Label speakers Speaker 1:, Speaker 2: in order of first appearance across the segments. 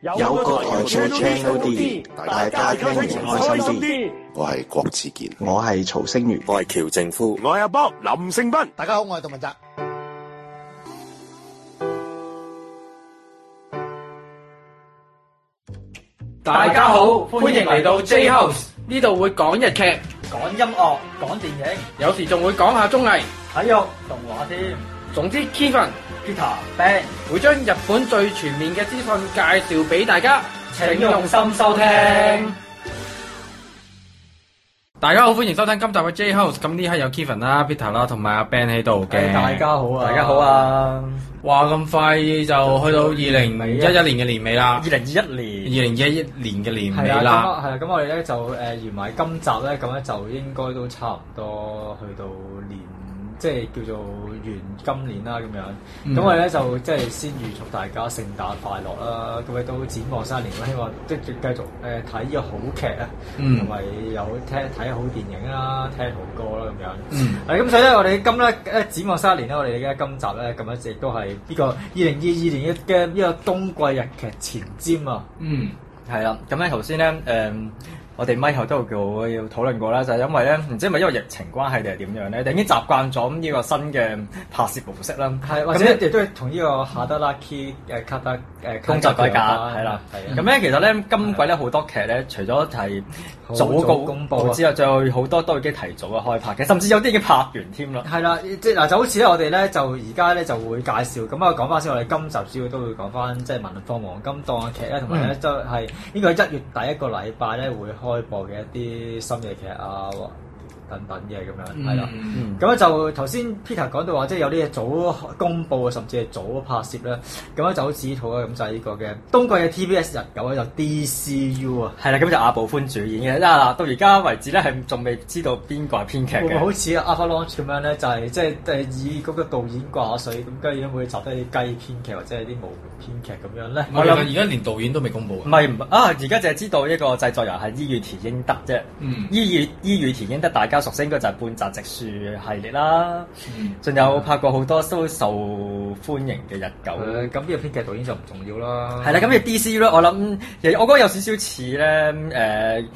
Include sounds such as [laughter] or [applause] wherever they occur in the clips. Speaker 1: 有個台做 channel D，大家聽完開心啲。
Speaker 2: 啲。
Speaker 3: 我係郭子健，
Speaker 1: 我係曹星如，
Speaker 3: 我係喬正夫。
Speaker 2: 我係阿 Bob 林勝斌。
Speaker 4: 大家好，我係杜文澤。
Speaker 5: 大家好，歡迎嚟到 J House，呢度會講日劇，
Speaker 6: 講音樂、講電影、
Speaker 5: 有時仲會講下綜藝。
Speaker 6: 體育、動畫添。
Speaker 5: 總之，Kevin
Speaker 6: Peter、Ben，
Speaker 5: 會將日本最全面嘅資訊介紹俾大家，
Speaker 6: 請用心收聽。
Speaker 5: 大家好，歡迎收聽今集嘅 J House。咁呢刻有 Kevin 啦、Peter 啦，同埋阿 Ben 喺度嘅。
Speaker 6: 好啊！大家好啊！
Speaker 5: 哇，咁快就去到二零一一年嘅年尾啦
Speaker 6: 二，零二一
Speaker 5: 二
Speaker 6: 年。
Speaker 5: 零一一年嘅年尾
Speaker 6: 係
Speaker 5: 啦。
Speaker 6: 啦，咁啊係啊，咁我哋咧就誒完埋今集咧，咁咧啊就應該都差唔多去到年，即係叫做完今年啦咁樣。咁、
Speaker 5: 嗯
Speaker 6: 我哋咧就即係先預祝大家聖誕快樂啦，咁亦都展望新年啦，希望即係繼續誒睇呢個好劇啊，
Speaker 5: 嗯
Speaker 6: 同埋、有聽睇好電影啦，聽好歌啦咁樣。
Speaker 5: 嗯
Speaker 6: 係咁所以咧，我哋今咧誒展望三年咧，我哋嘅今集咧咁啊樣亦都係呢個二零二二年嘅嘅呢個冬季日劇前瞻啊！
Speaker 5: 嗯，
Speaker 6: 係啦，咁咧頭先咧誒，我哋咪後都有叫我要討論過啦，就係、因為咧唔知係咪因為疫情關係定係點樣咧，已經習慣咗呢個新嘅拍攝模式啦。係，或者亦都係同呢個夏德拉基誒卡德誒工作改革係啊啦。咁咧其實咧今季咧好多劇咧，除咗係早告公啊佈之後，仲有好多都已經提早嘅開拍嘅，甚至有啲已經拍完添啦。係啦，即係嗱就好似咧，我哋咧就而家咧就會介紹咁啊，講翻先，我哋今集主要都會講翻即係《文化黃金檔》嘅劇咧，同埋咧就係呢個一月第一個禮拜咧會開播嘅一啲深夜劇啊等等嘅咁樣，係啦。咁咧就頭先 Peter 講到話，即係有啲嘢早公佈啊，甚至係早拍攝啦。咁咧就好似呢套啊，咁就係呢個嘅冬季嘅 TBS 日九咧就 DCU 啊。係啦，咁就阿部寬主演嘅。啊嗱，到而家為止咧係仲未知道邊個係編劇會唔會好似 Avalanche 咁樣咧，就係即係誒以嗰個導演掛水，咁跟住會集低啲雞編劇或者係啲無編劇咁樣咧？
Speaker 5: 我哋而家連導演都未公布
Speaker 6: 唔
Speaker 5: 啊。
Speaker 6: 係唔啊！而家淨係知道一個製作人係伊予田英德啫。
Speaker 5: 嗯
Speaker 6: 伊予伊予田英德大家熟悉應該就係半澤直樹系列啦。仲有拍過好多都受歡迎嘅日狗。
Speaker 4: 咁呢個編劇導演就唔重要啦
Speaker 5: 哦
Speaker 6: 係啦，咁嘅 DC 咧，我諗其實我覺得有少少似咧誒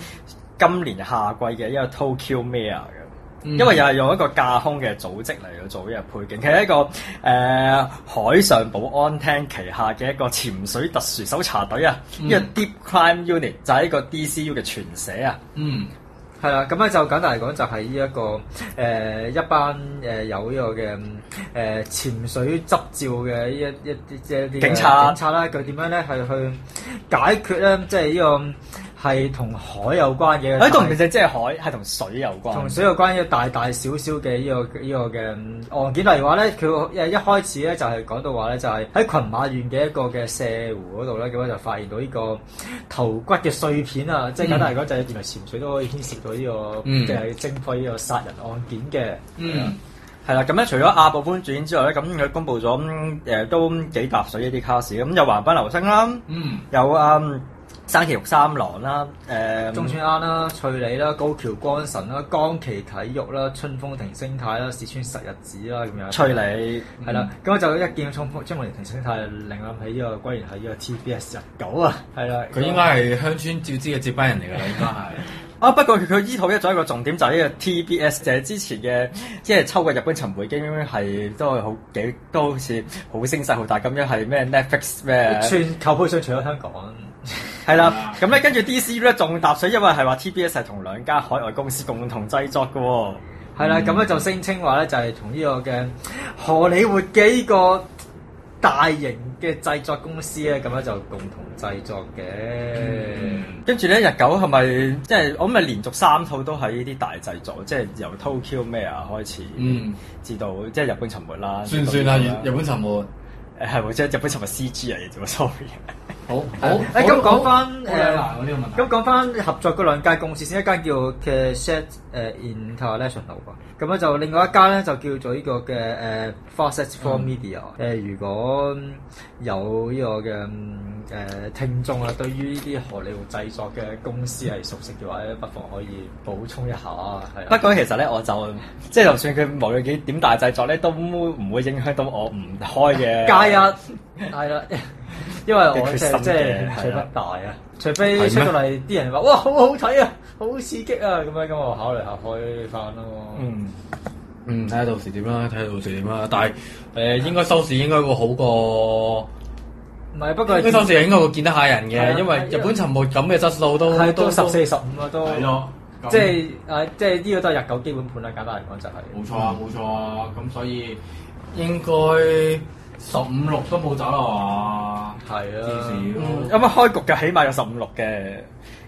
Speaker 6: 今年夏季嘅一個 Tokyo Mayor 嘅。因為又係用一個架空嘅組織嚟去做呢個背景，佢係一個誒、呃海上保安廳旗下嘅一個潛水特殊搜查隊啊，
Speaker 2: 嗯
Speaker 6: 呢、個 Deep Crime Unit 就係一個 DCU 嘅全寫啊。
Speaker 5: 嗯。
Speaker 4: 係啊啦，咁咧就簡單嚟講，就係呢一個誒、呃一班誒、呃有呢個嘅誒、呃、潛水執照嘅一一啲即係一啲嘅
Speaker 6: 警察
Speaker 4: 警察啦，佢點樣咧係去解決咧，即係呢個係同海有關嘅，
Speaker 6: 喺度唔淨即係海，係同水有關。
Speaker 4: 同水有關嘅大大小小嘅呢、個呢、個嘅嗯案件，例如話咧，佢誒一開始咧就係講到話咧，就係喺群馬縣嘅一個嘅泻湖嗰度咧，咁樣就發現到呢個頭骨嘅碎片啊，即係簡單嚟講就係原來潛水都可以牽涉到呢、個
Speaker 5: 嗯
Speaker 4: 即係偵破呢個殺人案件嘅。
Speaker 5: 嗯
Speaker 6: 係啦，咁咧除咗阿部寬主演之外咧，咁佢公布咗
Speaker 2: 嗯
Speaker 6: 誒、呃都幾搭水一啲卡 a 咁有橫濱流星啦，
Speaker 5: 嗯
Speaker 6: 有啊、嗯山崎玉三郎啦，誒、
Speaker 4: 中村啱啦、翠里啦、高橋光臣啦、江崎體育啦、春風亭星太啦、市川實日子啦咁樣。
Speaker 6: 翠里嗯
Speaker 4: 係啦，咁啊我就一見到春風春風亭星太，令我諗起呢個居然係呢個 TBS 日九啊，係啦，
Speaker 5: 佢應該係鄉村照之嘅接班人嚟㗎啦，應該係。
Speaker 6: 啊，不過佢佢依套一仲有一個重點就係呢個 TBS 就係之前嘅，即係抽嘅日本巡迴經係都係好幾都好似好聲勢好大咁樣，係咩 Netflix 咩？
Speaker 4: 全球配信除咗香港，
Speaker 6: 係啦，咁咧跟住 DC 咧仲搭水，因為係話 TBS 係同兩家海外公司共同製作嘅喎、嗯
Speaker 4: 係啦，咁咧就聲稱話咧就係同呢個嘅荷里活嘅呢個大型嘅製作公司咧，咁樣就共同製作嘅。
Speaker 6: 嗯跟住咧，日九係咪即係我諗咪連續三套都係呢啲大製作，即係由 Tokyo m a r 開始，
Speaker 5: 嗯，
Speaker 6: 至到即係日本沉沒啦，
Speaker 5: 算唔算啊？日日本沉沒。
Speaker 6: 誒係喎，即係日本沉沒 CG 嚟嘅啫，sorry。
Speaker 5: 好好
Speaker 4: 誒咁講翻誒
Speaker 5: 誒，我呢個問題。
Speaker 4: 咁講翻合作嗰兩間公司先，一間叫嘅 Set 誒 International 喎，咁咧就另外一間咧就叫做呢個嘅呃誒 Facet for Media。誒、如呃果有呢個嘅嗯誒、聽眾啊，對於呢啲荷里活製作嘅公司係熟悉嘅話咧，不妨可以補充一下啊，係
Speaker 6: 不
Speaker 4: 啊。
Speaker 6: 過其實咧，我就即係就算佢無論幾點大製作咧，都唔會影響到我唔開嘅
Speaker 4: 加一係啦，
Speaker 6: 因為我
Speaker 2: 嘅決
Speaker 6: 即
Speaker 2: 心
Speaker 6: 係即係
Speaker 2: 嘅
Speaker 6: 興
Speaker 2: 係
Speaker 6: 趣不
Speaker 2: 啦
Speaker 6: 大啊。除
Speaker 5: 係
Speaker 6: 非
Speaker 5: 咩
Speaker 6: 出到嚟啲人話哇好好睇啊，好刺激啊咁樣，咁我考慮下開翻咯。
Speaker 2: 嗯，
Speaker 5: 嗯，睇下到時點啦，睇下到時點啦。但係誒、呃，應該收視應該會好過，
Speaker 6: 唔係不過
Speaker 5: 應該收視應該會見得下人
Speaker 6: 係啊
Speaker 5: 嘅，因為日本沉沒咁嘅質素都
Speaker 6: 係都
Speaker 5: 都
Speaker 6: 十四十五啊都。
Speaker 5: 係咯，咁
Speaker 6: 即係誒，即係呢個都係日久基本盤啦，簡單嚟講就係、
Speaker 5: 冇錯啊，冇錯啊。咁所以應該十五六都冇走啦
Speaker 6: 係
Speaker 5: 係嘛，
Speaker 6: 啊，
Speaker 5: 至
Speaker 2: 咁啊開局嘅起碼有十五六嘅。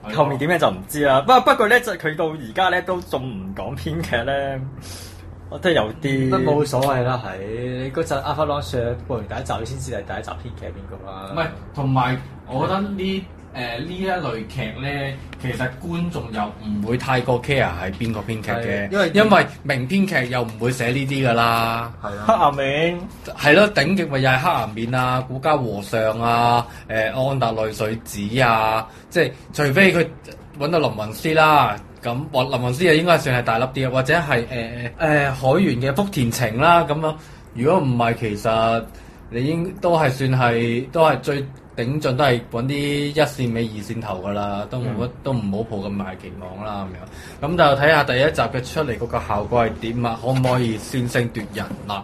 Speaker 5: 係
Speaker 2: 後面點咧就唔知啦，不不過咧就佢到而家咧都仲唔講編劇咧，我都有啲
Speaker 6: 都嗯冇所謂啦，係你嗰陣《阿法朗上》播完第一集，你先知係第一集編劇邊個啦。
Speaker 5: 唔係，同埋我覺得呢誒呢一類劇咧，其實觀眾又唔會太過 care 係邊個編劇
Speaker 6: 係
Speaker 5: 嘅，
Speaker 6: 因為
Speaker 5: 因為名編劇又唔會寫呢啲噶啦，
Speaker 6: 係
Speaker 2: 黑
Speaker 6: 啊，
Speaker 2: 暗面，
Speaker 5: 係咯，頂極咪又係黑岩面啊、古家和尚啊、誒、安達淚水子啊，即係除非佢揾到林雲斯啦。咁或林雲斯啊，應該算係大粒啲啊，或者係誒誒海原嘅福田晴啦咁樣。如果唔係，其實你應都係算係都係最頂盡都係揾啲一線尾二線頭噶啦，都冇乜、都唔好抱咁大期望啦咁樣。咁就睇下第一集嘅出嚟嗰個效果係點啊，可唔可以先聲奪人啦、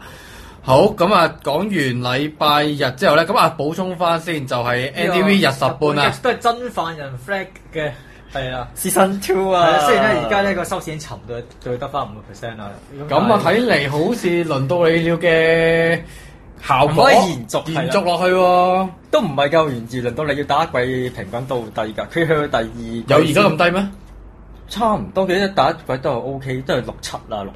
Speaker 5: 好，咁啊，講完禮拜日之後咧，咁啊補充翻先，就係 NTV 日十半啊，
Speaker 6: 都係真犯人 flag 嘅，係啊。
Speaker 2: Season Two
Speaker 6: 係
Speaker 2: 啊，
Speaker 6: 啊，雖然咧而家呢個收視已經沉到最得翻五個 percent 啦。
Speaker 5: 咁啊睇嚟好似輪到你了嘅效
Speaker 2: 唔
Speaker 5: 果
Speaker 2: 可以延續
Speaker 5: 延續落去喎、
Speaker 2: 都唔係夠完二輪到你要打一季平均到低㗎，佢去到第二季
Speaker 5: 有而家咁低咩？
Speaker 2: 差唔多嘅，打一季都係 O K，都係六七啦，六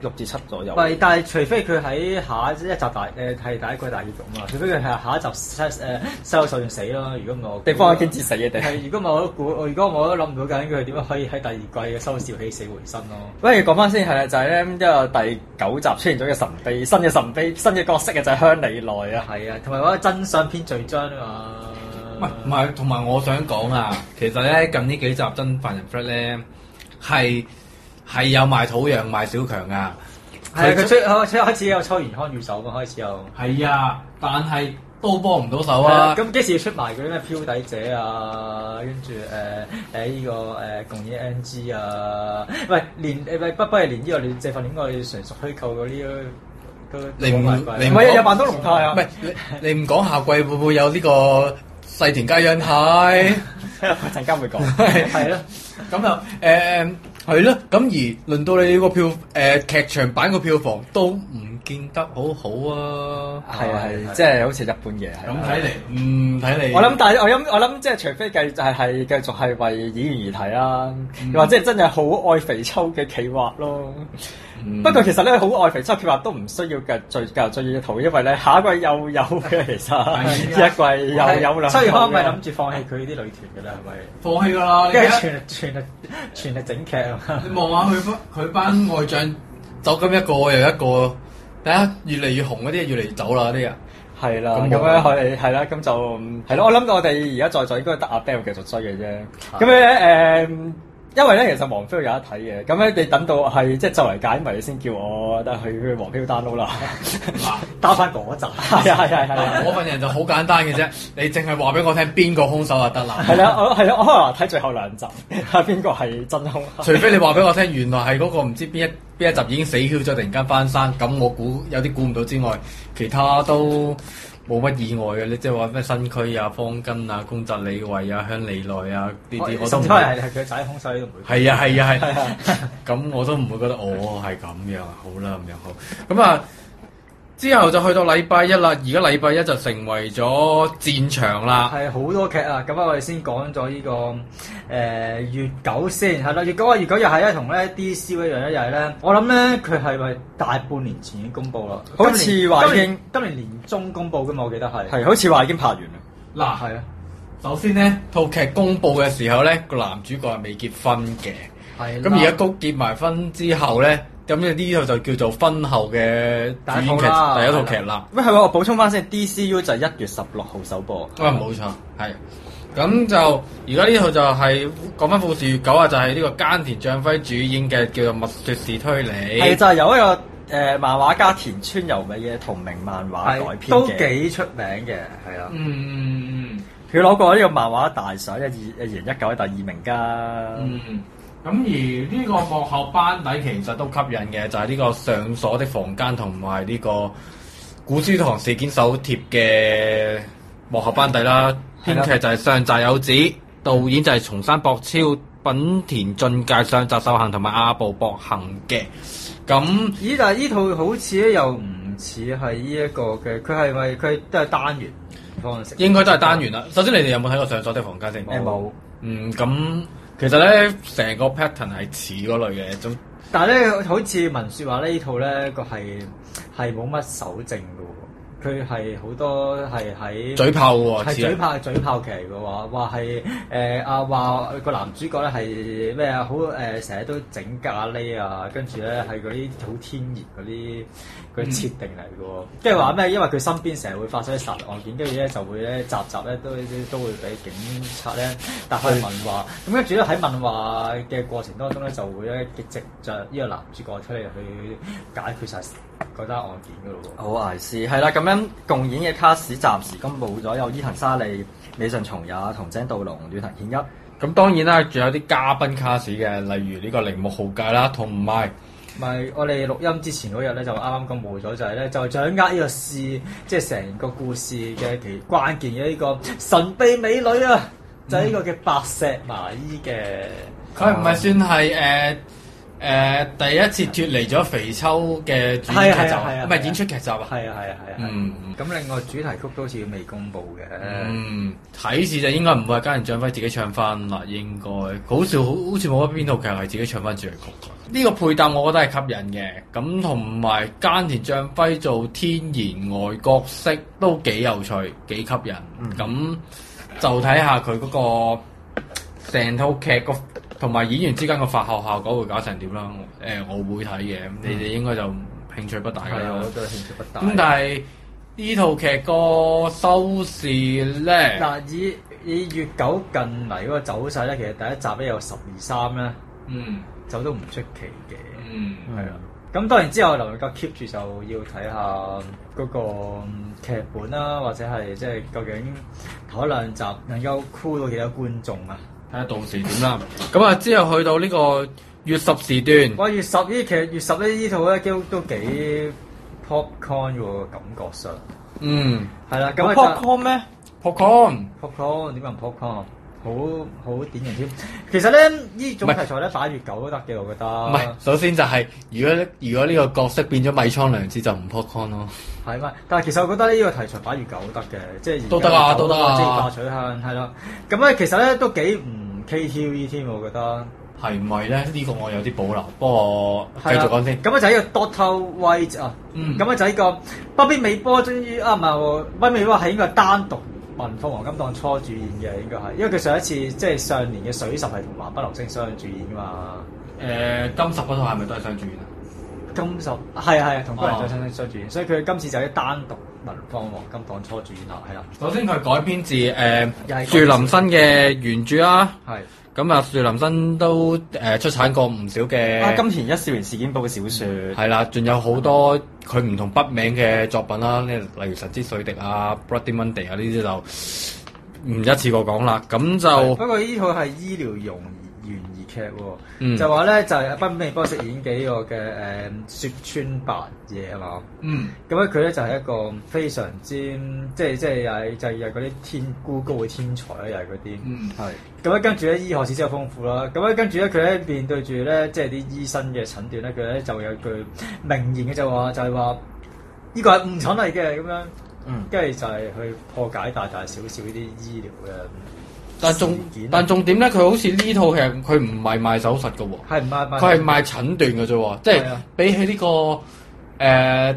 Speaker 2: 六至七左右。
Speaker 6: 喂，但係除非佢喺下一集大誒呃係第一季大結局嘛，除非佢係下一集呃誒收手就死咯。如果唔係我
Speaker 2: 地方已經至死嘅地。
Speaker 6: 係，如果唔係我都估，我如果我都諗唔到緊佢點樣可以喺第二季嘅收視起死回生咯。
Speaker 2: 喂，講翻先係啦，就係咧，因為第九集出現咗嘅神秘新嘅神秘新嘅角色嘅就係香里奈啊，
Speaker 6: 係啊，同埋嗰個真相篇序章啊
Speaker 5: 唔
Speaker 6: 嘛。
Speaker 5: 係，唔係，同埋我想講啊，其實咧近呢幾集真犯人 flat 咧係係有賣土壤賣小強啊，
Speaker 6: 係啊，佢出開出開始有抽元康御手嘛，開始有。
Speaker 5: 係啊，但係都幫唔到手
Speaker 6: 係啊
Speaker 5: 啊。
Speaker 6: 咁幾時要出埋嗰啲咩漂底者啊？跟住誒誒呢個誒、共演 NG 啊？喂，連誒喂不不係連呢個亂借份戀愛純屬虛構嗰啲都都
Speaker 5: 你唔
Speaker 6: 都怪怪
Speaker 5: 你
Speaker 2: 唔係啊，有扮到龍太啊
Speaker 5: 唔，係你你唔講下季會唔會有呢個細田佳欣係？
Speaker 2: 陣間會講。
Speaker 6: [laughs] 係啊咯，
Speaker 5: 咁就誒誒係咯，咁而輪到你個票誒、劇場版個票房都唔見得好好啊！
Speaker 2: 係啊係，即係好似一般嘢係。
Speaker 5: 咁睇嚟，嗯睇嚟，
Speaker 2: 我諗，但係我諗，我諗即係除非繼係係繼續係為演員而睇啦，
Speaker 6: 嗯
Speaker 2: 又或者係真係好愛肥秋嘅企劃咯。
Speaker 5: 嗯
Speaker 2: 不過其實咧，好愛肥秋企劃都唔需要繼續繼續追呢套，因為咧下一季又有嘅，其
Speaker 6: 啊
Speaker 2: 實 [laughs] 一季又有兩。
Speaker 6: 所以康咪諗住放棄佢啲女團㗎啦，係咪？
Speaker 5: 放棄㗎啦！你
Speaker 6: 跟住
Speaker 5: 睇
Speaker 6: 全力全力全力整劇啊嘛！
Speaker 5: 你望下佢班佢班外將走咁一個又一個，睇下越嚟越紅嗰啲越嚟越走啦啲人。
Speaker 2: 係啦，
Speaker 5: 咁
Speaker 2: 咁
Speaker 5: 冇
Speaker 2: 樣
Speaker 5: 啊
Speaker 2: 係係啦，咁就係咯。我諗我哋而家在座應該得阿 Bell 繼續追嘅啫。咁咧誒，因為咧其實黃飛有得睇嘅，咁咧你等到係即係就嚟解謎，你先叫我得去黃飛 download [laughs] 啦。
Speaker 5: 嗱，
Speaker 6: 打翻嗰集，
Speaker 2: 係啊係啊係啊。
Speaker 5: 我份人就好簡單嘅啫，你淨係話俾我聽邊個兇手就得啦。
Speaker 2: 係啦，我係啦，我可能睇最後兩集，睇下邊個係真兇。
Speaker 6: [laughs]
Speaker 5: 除非你話俾我聽，原來係嗰個唔知邊一邊一集已經死 Q 咗，突然間翻生，咁我估有啲估唔到之外，其他都冇乜意外嘅。你即係話咩新區啊、方根啊、宮澤理惠啊、香里奈啊呢啲，我都
Speaker 6: 甚
Speaker 5: 唔
Speaker 6: 至 [laughs] 係係佢嘅仔空手都唔會。
Speaker 5: 係啊係
Speaker 6: [laughs]
Speaker 5: 啊係，咁我都唔會覺得哦係咁樣，好啦咁樣好，咁啊之後就去到禮拜一啦，而家禮拜一就成為咗戰場啦，
Speaker 6: 係好多劇啊！咁啊，我哋先講咗呢個誒、呃、月九先，係啦，月九啊，月九又係咧，同咧 DC 一樣咧，又係咧，我諗咧佢係咪大半年前已經公布啦？
Speaker 2: 好似話
Speaker 6: 今年
Speaker 2: 已經
Speaker 6: 今年年中公布噶嘛，我記得係
Speaker 2: 係好似話已經拍完啦。
Speaker 5: 嗱
Speaker 6: 係啊，
Speaker 5: 首先呢，套劇公布嘅時候呢，個男主角係未結婚嘅，
Speaker 6: 係
Speaker 5: 咁而家高結埋婚之後呢，咁呢套就叫做婚後嘅主演劇
Speaker 6: 第一套啦
Speaker 5: 第一套劇啦。
Speaker 2: 喂，係喎，我補充翻先，DCU 就係一月十六號首播。
Speaker 5: 啊，冇錯，係。咁就而家呢套就係講翻《富士月九》啊，就係呢個菅田將暉主演嘅叫做《密雪是推理
Speaker 2: 係》。就係由一個誒、呃漫畫家田村由美嘅同名漫畫改編
Speaker 6: 都
Speaker 2: 嘅。
Speaker 6: 幾出名嘅，係啊。
Speaker 5: 嗯。
Speaker 2: 佢攞過呢個漫畫大賞一二二零一九嘅第二名㗎。
Speaker 5: 嗯，咁而呢個幕後班底其實都吸引嘅，就係、呢個上鎖的房間同埋呢個古書堂事件手帖嘅幕後班底啦。
Speaker 6: 係
Speaker 5: 編
Speaker 6: 啦
Speaker 5: 劇就係上澤有子，導演就係松山博超、品田俊介、上澤秀行同埋阿部博行嘅。咁
Speaker 6: 咦？但係呢套好似咧又唔似係呢一個嘅，佢係咪佢都係單元方式？
Speaker 5: 應該都係單元啦。首先，你哋有冇睇過上鎖的房間先？
Speaker 6: 誒 [laughs] 冇。
Speaker 5: 嗯，咁其實咧，成個 pattern 係似嗰類嘅，總
Speaker 6: 但係咧，好似文説話呢套咧個係係冇乜守正嘅喎，佢係好多係喺
Speaker 5: 嘴炮喎，似
Speaker 6: 係
Speaker 5: 係
Speaker 6: 嘴炮嘴炮劇嚟嘅話，話係誒啊話個男主角咧係咩啊好誒成日都整咖喱啊，跟住咧係嗰啲好天然嗰啲嗰啲
Speaker 5: 嗯
Speaker 6: 設定嚟嘅喎，跟住話咩？因為佢身邊成日會發生啲殺人案件，跟住咧就會咧集集咧都都會俾警察咧打開問話，咁跟住咧喺問話嘅過程當中咧就會咧藉藉着呢個男主角出嚟去解決晒嗰單案件嘅咯喎。
Speaker 2: 好艾斯係啦，咁樣共演嘅卡士暫時公佈咗有伊藤沙莉、美信松也、同井道龍、遠藤憲一。
Speaker 5: 咁當然啦，仲有啲嘉賓卡士嘅，例如呢個鈴木浩介啦，同埋
Speaker 6: 咪我哋錄音之前嗰日咧，就啱啱公布咗，就係咧就掌握呢個事，即係成個故事嘅其關鍵嘅呢個神秘美女啊，就係呢個嘅白石麻衣嘅。
Speaker 5: 佢唔係算係誒誒第一次脱離咗肥秋嘅主演
Speaker 6: 係啊
Speaker 5: 劇集
Speaker 6: 係啊係
Speaker 5: 啊，
Speaker 6: 啊
Speaker 5: 唔係演出劇集啊。
Speaker 6: 係啊係啊係啊。
Speaker 5: 嗯
Speaker 6: 咁另外主題曲都好似未公布嘅。
Speaker 5: 嗯，睇似就應該唔會係家人張輝自己唱翻啦，應該好少好好似冇乜邊套劇係自己唱翻主題曲㗎。呢、個配搭我覺得係吸引嘅，咁同埋菅田將輝做天然外角色都幾有趣，幾吸引。
Speaker 6: 嗯
Speaker 5: 咁、就睇下佢嗰個成套劇個同埋演員之間個發酵效果會搞成點啦。誒、我會睇嘅，你哋應該就興趣不大㗎
Speaker 6: 嗯係啊，
Speaker 5: 啦
Speaker 6: 我。都興趣不大。
Speaker 5: 咁但係呢套劇個收視咧，
Speaker 6: 嗱，以以月九近嚟嗰個走勢咧，其實第一集咧有十二三咧，
Speaker 5: 嗯
Speaker 6: 就都唔出奇嘅。
Speaker 5: 嗯，
Speaker 6: 係啊。咁當然之後能唔能夠 keep 住就要睇下嗰個嗯劇本啦，或者係即係究竟頭一兩集能夠箍到幾多觀眾啊？
Speaker 5: 睇下到時點啦。咁啊，之後去到呢個月十時段，
Speaker 6: 哇！月十呢其實月十呢呢套咧都都幾 popcorn 喎，感覺上
Speaker 5: 嗯
Speaker 6: 係啦。咁
Speaker 2: 咁
Speaker 6: 啊
Speaker 2: popcorn 咩？
Speaker 5: ，popcorn
Speaker 6: popcorn 點解唔 popcorn？好啊好典型添。其實咧呢種
Speaker 5: 唔係
Speaker 6: 題材咧擺月九都得嘅，我覺得。
Speaker 5: 唔係，首先就係、如果如果呢個角色變咗米倉涼子就唔 popcorn 咯。
Speaker 6: 係咪？但係其實我覺得呢個題材擺越久都得嘅，即係
Speaker 5: 都得啊都得啊
Speaker 6: 即係化取向係啦。咁咧其實咧都幾唔 KTV 添，我覺得。
Speaker 5: 係咪咧？呢、個我有啲保留，不過繼
Speaker 6: 係啦啊
Speaker 5: 續講先。
Speaker 6: 咁咧就係呢個 Doctor White 啊，
Speaker 5: 嗯
Speaker 6: 咁咧就係呢個北邊美波終於啊唔係喎，北邊美波係應該係單獨民放黃金檔初主演嘅應該係，因為佢上一次即係上年嘅水十係同橫濱流星雙主演㗎嘛。
Speaker 5: 誒、金十嗰套係咪都係雙主演啊？
Speaker 6: 金十係啊係啊，同北人再生雙主演，所以佢今次就係單獨民放黃金檔初主演啦，係啦，
Speaker 5: 首先佢改編自誒、
Speaker 6: 又係
Speaker 5: 樹林新嘅原著啦、
Speaker 6: 係。
Speaker 5: 咁啊，樹林新都誒、出產過唔少嘅。
Speaker 2: 啊，金田一少年事件簿嘅小説。
Speaker 5: 係啦，仲有好多佢唔同筆名嘅作品啦，呢例如《神之水滴》啊，《Bloody Monday》啊，呢啲就唔一次過講啦。咁就
Speaker 6: 不過呢套係醫療用懸疑劇喎，
Speaker 5: 嗯
Speaker 6: 就話咧就係濱美波飾演幾個嘅誒、雪村白夜係嘛，
Speaker 5: 嗯
Speaker 6: 咁啊咧佢咧就係一個非常之即係即係又係就係又係嗰啲天孤高嘅天才啦，又係嗰啲。
Speaker 5: 嗯
Speaker 2: 係。
Speaker 6: 咁咧跟住咧醫學知識又豐富啦，咁啊咧跟住咧佢咧面對住咧即係啲醫生嘅診斷咧，佢咧就有句名言嘅就話就係話呢個係誤診嚟嘅咁樣，
Speaker 2: 嗯
Speaker 6: 跟住就係去破解大大小小呢啲醫療嘅。
Speaker 5: 但重
Speaker 6: 事件啊
Speaker 5: 但重點咧，佢好似呢套劇佢唔係賣手術嘅喎，
Speaker 6: 係唔係唔係？
Speaker 5: 佢係賣診斷嘅啫喎，即
Speaker 6: 係
Speaker 5: 係
Speaker 6: 啊
Speaker 5: 比起呢、個誒、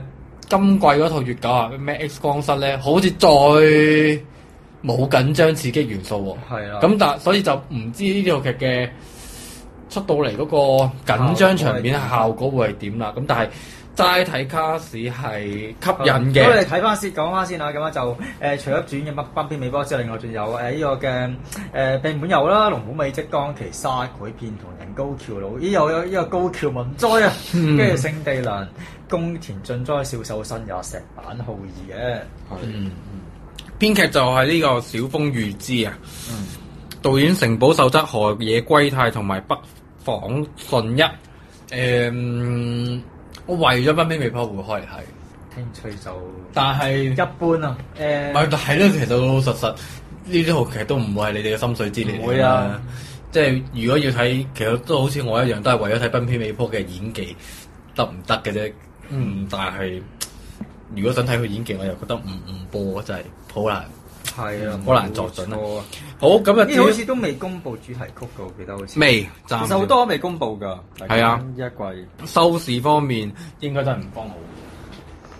Speaker 5: 今季嗰套月九啊咩 X 光室咧，好似再冇緊張刺激元素喎。
Speaker 6: 係啦啊
Speaker 5: 咁但所以就唔知呢套劇嘅出到嚟嗰個緊張場面
Speaker 6: 啊
Speaker 5: 效果會係點啦。咁但係齋睇卡士係吸引
Speaker 6: 咁我
Speaker 5: 嘅，
Speaker 6: 哋睇翻先，講翻先啦。啊咁樣就誒、除咗轉嘅北北邊美波之外，另外仲有誒呃呢、個嘅誒、並本遊啦、龍虎美職江崎沙繪片同人高橋老，咦又有呢個高橋文哉啊，
Speaker 2: 嗯
Speaker 6: 跟住聖地良、宮田俊哉、少秀新也、石板浩二嘅。
Speaker 5: 嗯，編劇就係呢個小風預知啊。導演城堡守則河野圭太同埋北房順一。誒、我為咗北美未破會開嚟睇，
Speaker 6: 興趣就
Speaker 5: 但係
Speaker 6: 一般啊。誒、
Speaker 5: 咪但係咧，其實老老實實呢啲套劇都唔會係你哋嘅心水之列嚟㗎嘛
Speaker 6: 唔會啊！
Speaker 5: 即係如果要睇，其實都好似我一樣，都係為咗睇奔偏美坡嘅演技得唔得嘅啫。嗯，但係如果想睇佢演技，我又覺得唔唔播真係好難。
Speaker 6: 係啊，
Speaker 5: 好難作準啊
Speaker 6: 啊。
Speaker 5: 好咁啊，
Speaker 6: 呢好
Speaker 5: 至於
Speaker 6: 似都未公布主題曲噶，我記得好似。
Speaker 5: 未
Speaker 2: 其實
Speaker 5: 暫
Speaker 2: 好多
Speaker 5: 時
Speaker 2: 都未公布㗎，
Speaker 5: 係啊
Speaker 2: 一季。
Speaker 5: 收視方面應該真係唔幫好。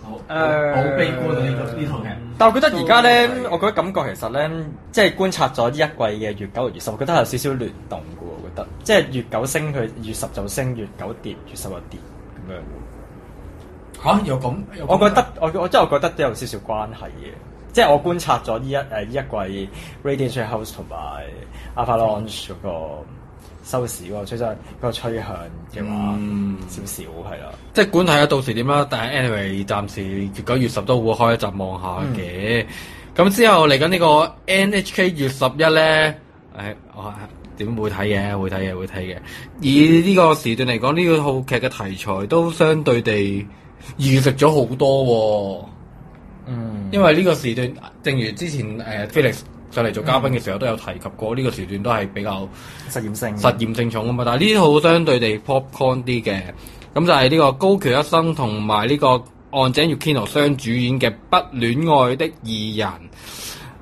Speaker 5: 好
Speaker 2: 好悲觀啊呢套呢套但我覺得而家咧，我覺得感覺其實咧，即係觀察咗呢一季嘅月九、月十，我覺得有少少聯動嘅喎。我覺得即係月九升佢，月十就升，月九跌，月十就跌咁樣。
Speaker 5: 嚇又咁，又咁
Speaker 2: 我覺得我我真係覺得都有少少關係嘅，即係我觀察咗呢一誒呢一季 Radiation House 同埋 Avalanche 嗰個收視嗰個趨勢嗰個趨向嘅話，
Speaker 5: 嗯
Speaker 2: 少少係啦。
Speaker 5: 即係管睇下到時點啦，但係 anyway 暫時月九月十都會開一集望下嘅。咁、之後嚟緊呢個 NHK 月十一咧，誒我點會睇嘅，會睇嘅，會睇嘅。以呢個時段嚟講，呢、個套劇嘅題材都相對地預食咗好多喎、
Speaker 2: 嗯，
Speaker 5: 因為呢個時段，正如之前誒、Felix 上嚟做嘉賓嘅時候都有提及過，呢、個時段都係比較。
Speaker 2: 實驗性
Speaker 5: 實驗性重啊嘛，但係呢套相對地 popcorn 啲嘅，咁就係呢個高橋一生同埋呢個岸井ゆきの雙主演嘅《不戀愛的二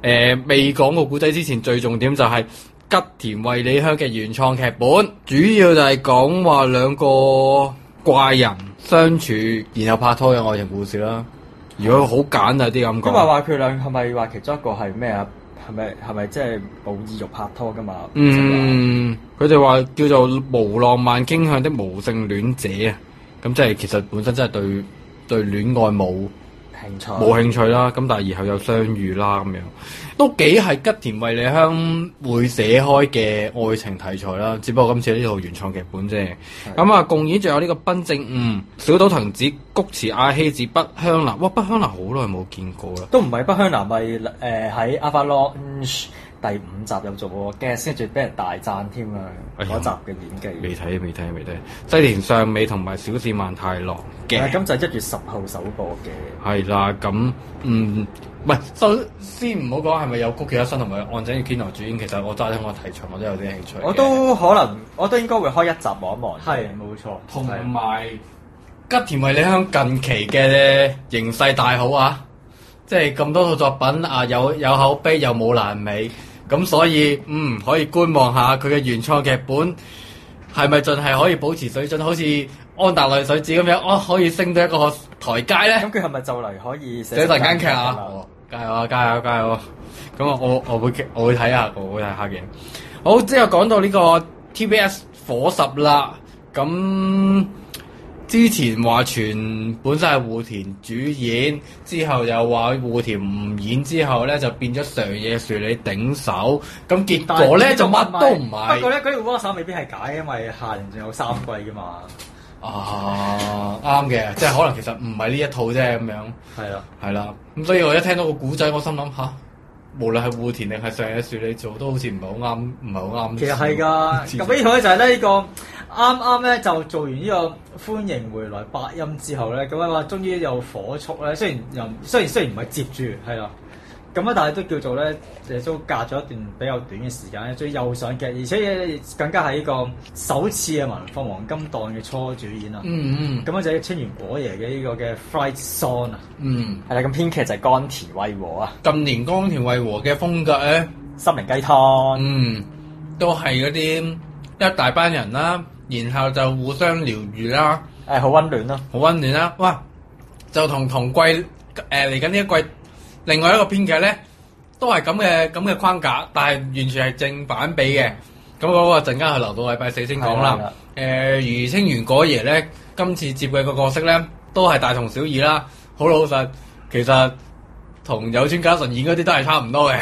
Speaker 5: 人》誒、未講個古仔之前，最重點就係吉田惠里香嘅原創劇本，主要就係講話兩個怪人相處，然後拍拖嘅愛情故事啦。如果好簡啊啲咁
Speaker 2: 因為
Speaker 5: 講，
Speaker 2: 話佢兩係咪話其中一個係咩啊？係咪係咪即係冇意欲拍拖噶嘛？
Speaker 5: 嗯，佢哋話叫做無浪漫傾向的無性戀者啊，咁即係其實本身真係對對戀愛冇
Speaker 2: 興趣
Speaker 5: 冇興趣啦，咁但係以後又相遇啦咁樣，都幾係吉田惠里香會寫開嘅愛情題材啦，只不過今次呢套原創劇本啫。咁啊，共演仲有呢個賓正悟、小島藤子、谷池亞希子、北香蘭，哇！北香蘭好耐冇見過啦。
Speaker 2: 都唔係北香南咪誒喺 Avalanche 第五集有做過 guest，跟住俾人大讚添啊！
Speaker 5: 哎呀
Speaker 2: 嗰集嘅演技。
Speaker 5: 未睇，未睇，未睇。西田尚美同埋小市萬太郎嘅。
Speaker 2: 啊咁就一月十號首播嘅。
Speaker 5: 係啦，咁嗯，唔係首先唔好講係咪有谷崎一生同埋岸井健郎主演，其實我揸聽我題材我都有啲興趣嘅。
Speaker 2: 我都可能，我都應該會開一集望一望。
Speaker 6: 係冇錯，
Speaker 5: 同
Speaker 6: 係
Speaker 5: 埋吉田惠里香近期嘅形勢大好啊！即係咁多套作品啊，有有口碑又冇爛尾，咁所以嗯可以觀望下佢嘅原創劇本係咪盡係可以保持水準，好似安達淚水子咁樣，哦可以升到一個台階咧
Speaker 2: 咁。佢係咪就嚟可以寫
Speaker 5: 寫突然間劇
Speaker 2: 新
Speaker 5: 啊！
Speaker 2: 啦？
Speaker 5: 加油啊！加油啊！加油啊！咁啊，我我會我會睇下，我會睇下嘅。好，之後講到呢個 TBS 火十啦，咁之前話全本身係户田主演，之後又話户田唔演，之後咧就變咗上野樹里頂手，咁結果咧就乜都唔
Speaker 6: 不過
Speaker 5: 係。
Speaker 6: 咧，嗰條 w a s 未必係假，因為下年仲有三季噶嘛。
Speaker 5: 啊，啱嘅，即係可能其實唔係呢一套啫咁樣。
Speaker 6: 係啦，
Speaker 5: 係啦，咁所以我一聽到個古仔，我心諗吓，無論係户田定係上野樹里做，都好似唔係好啱，唔係好啱。
Speaker 6: 其實
Speaker 5: [laughs]
Speaker 6: 係㗎。咁呢套咧就係咧呢個啱啱咧就做完呢個歡迎回來百音之後咧，咁啊終於又火速咧，雖然又雖然雖然唔係接住係啦。咁啊，但係都叫做咧，亦都隔咗一段比較短嘅時間咧，最又上劇，而且更加係呢個首次嘅文化黃金檔嘅初主演啊！
Speaker 5: 嗯嗯
Speaker 6: 咁啊就係清源果爺嘅呢個嘅 Fright Song 啊，
Speaker 5: 嗯，
Speaker 2: 係啦，咁編劇就係江田惠和啊，
Speaker 5: 近年江田惠和嘅風格咧，
Speaker 2: 心靈雞湯。
Speaker 5: 嗯，都係嗰啲一大班人啦，然後就互相療愈啦，
Speaker 2: 誒好温暖咯，
Speaker 5: 好温暖啦，哇！就同同季誒嚟緊呢一季，另外一個編劇咧，都係咁嘅咁嘅框架，但係完全係正反比嘅。咁嗰個陣間係留到禮拜四先講
Speaker 2: 係啦係
Speaker 5: 啦
Speaker 2: 啦。
Speaker 5: 誒、余清源嗰爺咧，今次接嘅個角色咧，都係大同小 [laughs] 異啦。好老實，其實同有村架純演嗰啲都係差唔多嘅。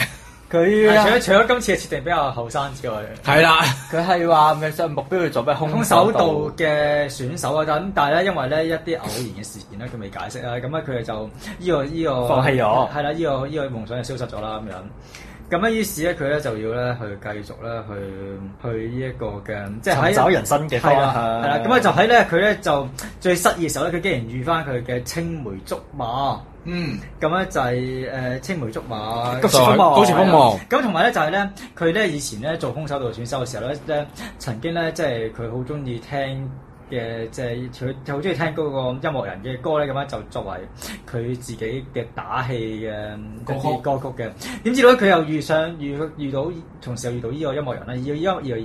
Speaker 2: 佢
Speaker 6: 除
Speaker 2: 啊
Speaker 6: 咗除咗今次嘅設定比較後生之外，
Speaker 5: 係啦，
Speaker 2: 佢係話咪就目標要做咩空
Speaker 6: 空手道嘅選手啊，咁但係咧，因為咧一啲偶然嘅事件咧，佢未解釋啊啦，咁咧佢哋就呢、個呢、個
Speaker 2: 放棄咗
Speaker 6: 係啦，呢、個呢、個夢想就消失咗啦咁樣。咁啊咧，於是咧，佢咧就要咧去繼續咧去去呢一個嘅，即係喺
Speaker 2: 尋找人生嘅方向
Speaker 6: 係啊啦係啦，咁咧就喺咧佢咧就最失意嘅時候咧，佢竟然遇翻佢嘅青梅竹馬。
Speaker 5: 嗯，啊
Speaker 6: 咁啊咧就係、誒青梅竹馬，
Speaker 2: 高潮風暴
Speaker 5: 高潮風暴
Speaker 6: 咁同埋咧就係咧，佢咧以前咧做空手道選手嘅時候咧，咧曾經咧即係佢好中意聽嘅，即係佢好中意聽嗰個音樂人嘅歌咧，咁樣啊就作為佢自己嘅打氣嘅
Speaker 5: 歌
Speaker 6: 嗰
Speaker 5: 曲
Speaker 6: 啲歌曲嘅。點知道咧佢又遇上遇遇到同時又遇到呢個音樂人啦，呢個音樂呢個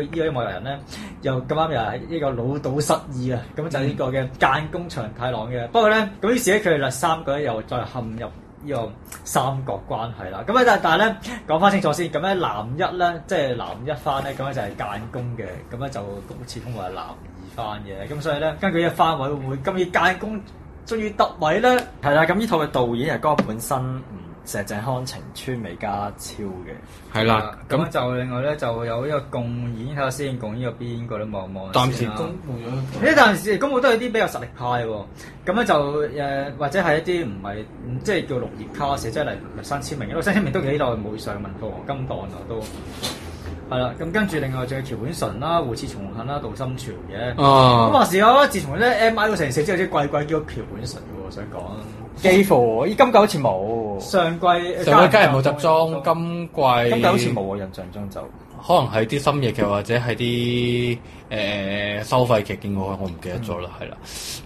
Speaker 6: 呢個音樂人咧又咁啱又係呢個老到失意啊，咁就係呢個嘅間工長太郎嘅。不過咧，咁於是咧佢哋三個咧又再陷入。呢個三角關係啦，咁咧啊但但係咧講翻清楚先，咁咧男一咧即係男一番咧，咁咧就係間工嘅，咁咧就好似通話男二番嘅，咁所以咧根據一番位會唔會今次間工終於得位咧？
Speaker 2: 係啦，咁呢套嘅導演係江本身、嗯石井康、晴川美加超嘅。
Speaker 5: 係啦，
Speaker 6: 啊咁
Speaker 5: 咁
Speaker 6: 就另外咧就有呢個共演睇下先，共演有邊個咧望望
Speaker 5: 暫時
Speaker 6: 先啦
Speaker 5: 公布咗
Speaker 6: 呢陣時公務都有啲比較實力派喎，咁咧就誒、呃或者係一啲唔係嗯即係叫綠葉卡士，即係例如新簽名，因為新簽名都幾耐冇上文到黃金檔啦都。係啦，咁跟住另外仲有橋本純啦、胡次松幸啦、杜心潮嘅。咁
Speaker 5: 啊，
Speaker 6: 話時我覺得自從咧 M I 到成四之後，啲貴貴叫橋本純嘅喎，想講
Speaker 2: 幾乎，依今季好似冇，
Speaker 6: 上季
Speaker 5: 哦
Speaker 6: 呃
Speaker 5: 上位家人冇集裝，今季
Speaker 2: 今季好似冇
Speaker 6: 啊
Speaker 2: 我印象中就
Speaker 5: 可能係啲深夜劇或者係啲誒收費劇見過，我唔記得咗啦，係啦。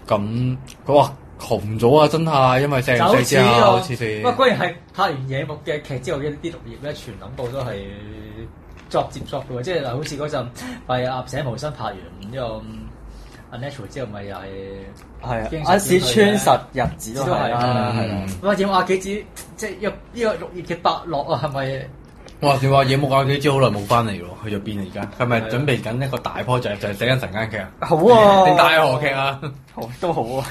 Speaker 5: 咁佢話紅咗啊，真係因為
Speaker 6: 就
Speaker 5: 正
Speaker 6: 好
Speaker 5: 四
Speaker 6: 似
Speaker 5: 之後
Speaker 6: 呢
Speaker 5: 啊好似
Speaker 6: 個，
Speaker 5: 先
Speaker 6: 不過居然係拍完野木嘅劇之後嘅啲綠葉咧，全諗部都係作接作嘅喎，即係嗱，好似嗰陣咪阿寫無心拍完呢個 unnatural 之後，咪又係
Speaker 2: 係
Speaker 6: 經
Speaker 2: 啊，
Speaker 6: 常
Speaker 2: 阿市川實日子都係嗯
Speaker 6: 都係啊
Speaker 2: 啦
Speaker 6: 啦，
Speaker 2: 係
Speaker 5: 嗯
Speaker 2: 啦。
Speaker 6: 哇！點話幾子即係呢個呢個綠葉嘅伯樂啊，係咪？
Speaker 5: 哇！你話野木亞紀之好耐冇翻嚟咯，去咗邊啊？而家係咪
Speaker 6: 係啊
Speaker 5: 準備緊一個大 project 就係寫緊晨間劇啊？
Speaker 2: 好喎，
Speaker 5: [laughs] 定大河劇啊？
Speaker 2: 好都好啊！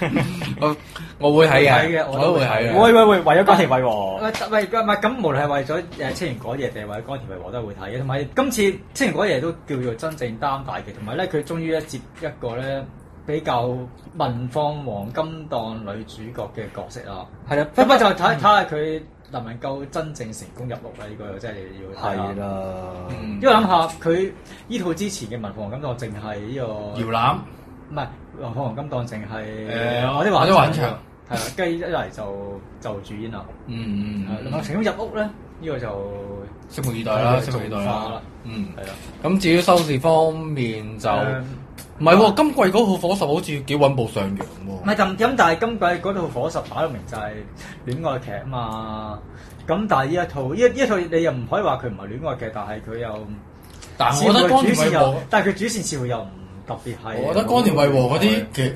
Speaker 5: 我我會睇
Speaker 6: 會睇
Speaker 5: 嘅，
Speaker 6: 嘅
Speaker 5: 我
Speaker 6: 我
Speaker 5: 都
Speaker 6: 都
Speaker 5: 會
Speaker 6: 會
Speaker 5: 睇
Speaker 6: 睇
Speaker 2: [laughs]
Speaker 5: 嘅。
Speaker 2: 喂喂喂，為咗關田惠和，
Speaker 6: 喂，喂，唔係咁，無論係為咗呃誒青年果爺定係為咗江田惠和都係會睇嘅，同埋今次青年果爺都叫做真正擔大嘅，同埋咧佢終於一接一個咧比較民放黃金檔女主角嘅啊角色啦。
Speaker 2: 係
Speaker 5: 嗯
Speaker 2: 啦，
Speaker 6: 不過就睇睇下佢能唔能夠真正成功入屋啦，呢、個真係要睇
Speaker 2: 係
Speaker 6: 啦。
Speaker 2: 啦，
Speaker 5: 嗯
Speaker 6: 因為諗下佢呢套之前嘅民放黃金檔淨係呢個
Speaker 5: 搖籃
Speaker 6: 唔係黃黃金檔淨係
Speaker 5: 誒
Speaker 6: 我啲
Speaker 5: 我啲
Speaker 6: 環
Speaker 5: 環場
Speaker 6: 係啊，跟住一嚟就就主演啦。
Speaker 5: 嗯嗯
Speaker 6: 能
Speaker 5: 嗯
Speaker 6: 夠，啊成功入屋咧，呢個就
Speaker 5: 拭目以待啦，
Speaker 6: 睇佢
Speaker 5: 拭目以待
Speaker 6: 做法
Speaker 5: 啦
Speaker 6: 啦。
Speaker 5: 嗯，
Speaker 6: 係啦。
Speaker 5: 咁至於收視方面就
Speaker 6: 誒
Speaker 5: 唔係喎，今季嗰套火十好似幾穩步上揚喎
Speaker 6: 唔。係咁咁，但係今季嗰套《火十》打到明就係戀愛劇啊嘛。咁但係呢一套，呢一呢一套你又唔可以話佢唔係戀愛劇，但係佢又
Speaker 5: 但係我覺得江
Speaker 6: 主
Speaker 5: 田
Speaker 6: 線
Speaker 5: 惠和
Speaker 6: 又，，但係佢啊主線似乎又唔特別係。
Speaker 5: 我覺得江田惠和嗰啲其實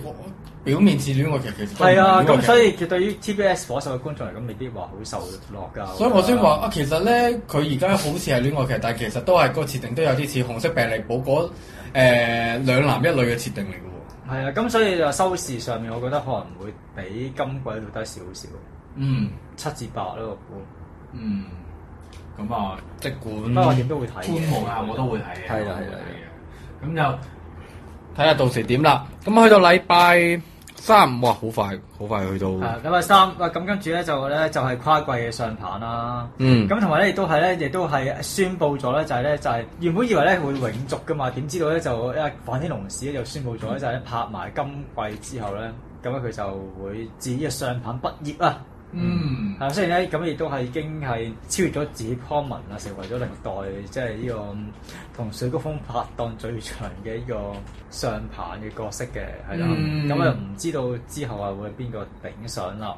Speaker 5: 表面似戀愛劇，其實都唔
Speaker 6: 係
Speaker 5: 戀
Speaker 6: 啊，
Speaker 5: 愛
Speaker 6: 咁
Speaker 5: 劇
Speaker 6: 所以佢對於 TBS 火十嘅觀眾嚟講，未必話好受落㗎。
Speaker 5: 所以我先話啊，其實咧佢而家好似係戀愛劇，但係其實都係個設定都有啲似紅色病歷簿嗰誒兩男一女嘅設定嚟嘅喎。
Speaker 6: 係啊，咁所以就收視上面，我覺得可能會比今季會低少少，
Speaker 5: 嗯
Speaker 6: 七至八啦，我估。
Speaker 5: 嗯，咁啊，即管
Speaker 6: 不過我點都會睇嘅
Speaker 5: 觀望下，我都會睇嘅。我都
Speaker 6: 係啦係啦
Speaker 5: 會睇嘅。咁就睇下到時點啦。咁去到禮拜三，哇！好快，好快去到。
Speaker 6: 啊，咁啊三，啊咁跟住咧就咧就係跨季嘅上棒啦。
Speaker 5: 嗯
Speaker 6: 咁同埋咧亦都係咧，亦都係宣布咗咧，就係咧就係原本以為咧會永續噶嘛，點知道咧就啊反天龍市咧就宣布咗咧
Speaker 5: 嗯
Speaker 6: 就係咧拍埋今季之後咧，咁啊咧佢就會自己嘅上棒畢業啊。
Speaker 5: 嗯
Speaker 6: 係啊，雖然咧咁亦都係已經係超越咗自己 common 啦，成為咗歷代即係呢個同水谷豐拍檔最長嘅呢個上棒嘅角色嘅，係啦。
Speaker 5: 嗯
Speaker 6: 咁啊唔知道之後啊會邊個頂上啦。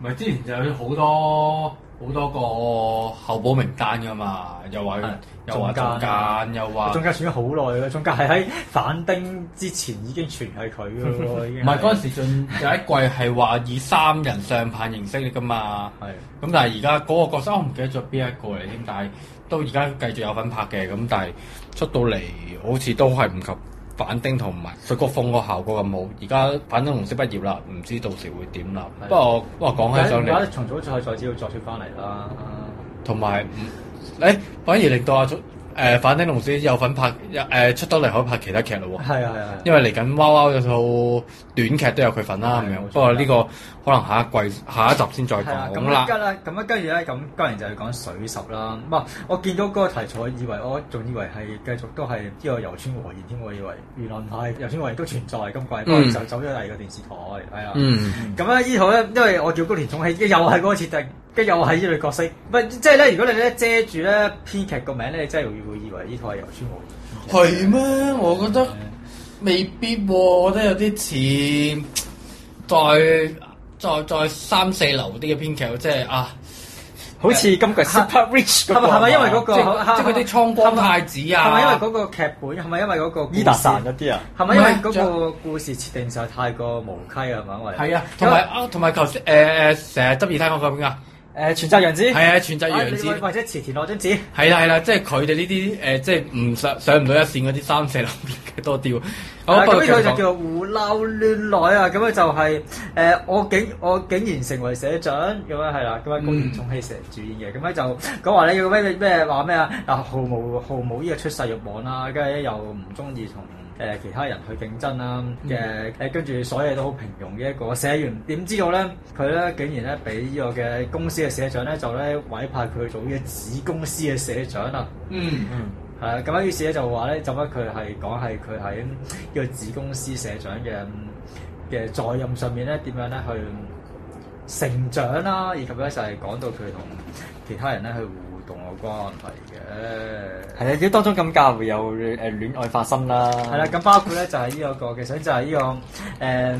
Speaker 5: 唔係之前就有好多好多個候補名單噶嘛，又話
Speaker 6: 係
Speaker 5: 又話中
Speaker 6: 中
Speaker 5: 間，啊
Speaker 6: 間
Speaker 5: 又話
Speaker 6: 中間選咗好耐啦，中間係喺反丁之前已經傳係佢
Speaker 5: [laughs]
Speaker 6: 嘅咯，已經
Speaker 5: 唔係嗰陣時進有一季係話以三人上棒形式噶嘛，
Speaker 6: 係
Speaker 5: 咁但係而家嗰個角色我唔記得咗邊一個嚟添，但係都而家繼續有份拍嘅，咁但係出到嚟好似都係唔及反丁同埋水谷豐個效果咁好，而家反丁紅色畢業啦，唔知到時會點啦。
Speaker 6: 係
Speaker 5: 不過哇講起上
Speaker 6: 而
Speaker 5: 嚟
Speaker 6: 家。重組再再只要作出翻嚟啦。
Speaker 5: 同埋唔誒反而令到阿祖誒反町隆史有份拍誒、出到嚟可以拍其他劇咯喎。
Speaker 6: 係啊係啊，
Speaker 5: 因為嚟緊娃娃有套短劇都有佢份啦，咁
Speaker 2: 係
Speaker 5: 樣。
Speaker 2: 冇錯
Speaker 5: 不過呢個可能下一季下一集先再
Speaker 6: 係啊，
Speaker 5: 講啦
Speaker 6: 咁啦，。咁啊，跟住咧，咁當然就要講水十啦。唔係，我見到嗰個題材，以為我仲以為係繼續都係呢個遊川和彥添，我以為原來唔係，遊川和彥都存在今季，不過
Speaker 5: 嗯
Speaker 6: 就走咗第二個電視台，係啊。
Speaker 5: 嗯，
Speaker 6: 咁咧，呢套咧，因為我叫高田重喜，又係嗰個設定，跟住又係呢類角色。唔係，即係咧，如果你咧遮住咧編劇個名咧，你真係會以為呢套係遊川和彥。
Speaker 5: 係咩？我覺得未必喎，我覺得有啲似再再再三四流啲嘅編劇，即係啊，
Speaker 2: 好似今季 Super Rich 啊嗰
Speaker 6: 係咪
Speaker 2: 個
Speaker 6: 係咪因為嗰
Speaker 5: 即
Speaker 6: 個
Speaker 5: 係即係嗰啲倉光太子
Speaker 6: 係
Speaker 5: 啊，
Speaker 6: 咪因為嗰個劇本？係咪因為嗰個故事
Speaker 2: 伊達神嗰啲啊？
Speaker 6: 係咪因為
Speaker 5: 唔係
Speaker 6: 嗰個
Speaker 5: 仲
Speaker 6: 故事設定實在太過無稽啊？係咪因為
Speaker 5: 係啊，同埋啊，同埋頭先誒誒，成日執二胎嗰個邊啊，
Speaker 2: 誒，全集楊子
Speaker 5: 係啊，全集楊
Speaker 6: 啊你
Speaker 5: 子。
Speaker 6: 或者池田落張紙，
Speaker 5: 係啦係啦，即係佢哋呢啲誒，即係唔上上唔到一線嗰啲三四流嘅多啲喎。好
Speaker 6: 啊
Speaker 5: 不
Speaker 6: 咁
Speaker 5: 過
Speaker 6: 呢個就
Speaker 5: 繼續講
Speaker 6: 叫胡鬧亂來啊！咁樣就係誒，我竟我竟然成為社長咁啊樣係啦，咁樣高田重希成主演嘅，咁樣就講話咧要咩咩咩話咩啊？嗱，毫無毫無呢個出世欲望啦，跟住又唔中意同。誒其他人去競爭啦嘅
Speaker 5: 嗯
Speaker 6: 誒，跟住所有嘢都好平庸嘅一個社員，點知道咧佢咧竟然咧俾呢個嘅公司嘅社長咧就咧委派佢做呢個子公司嘅社長啊！
Speaker 5: 嗯
Speaker 6: 係啊，咁樣於是咧就話咧，就乜佢係講係佢喺呢個子公司社長嘅嘅在任上面咧，點樣咧去成長啦，以及咧就係講到佢同其他人咧去互動嘅關係嘅。
Speaker 2: 係啊，要當中咁教會有誒戀愛發生啦。
Speaker 6: 係啦，咁包括咧就係呢個個嘅，想就係呢、個誒、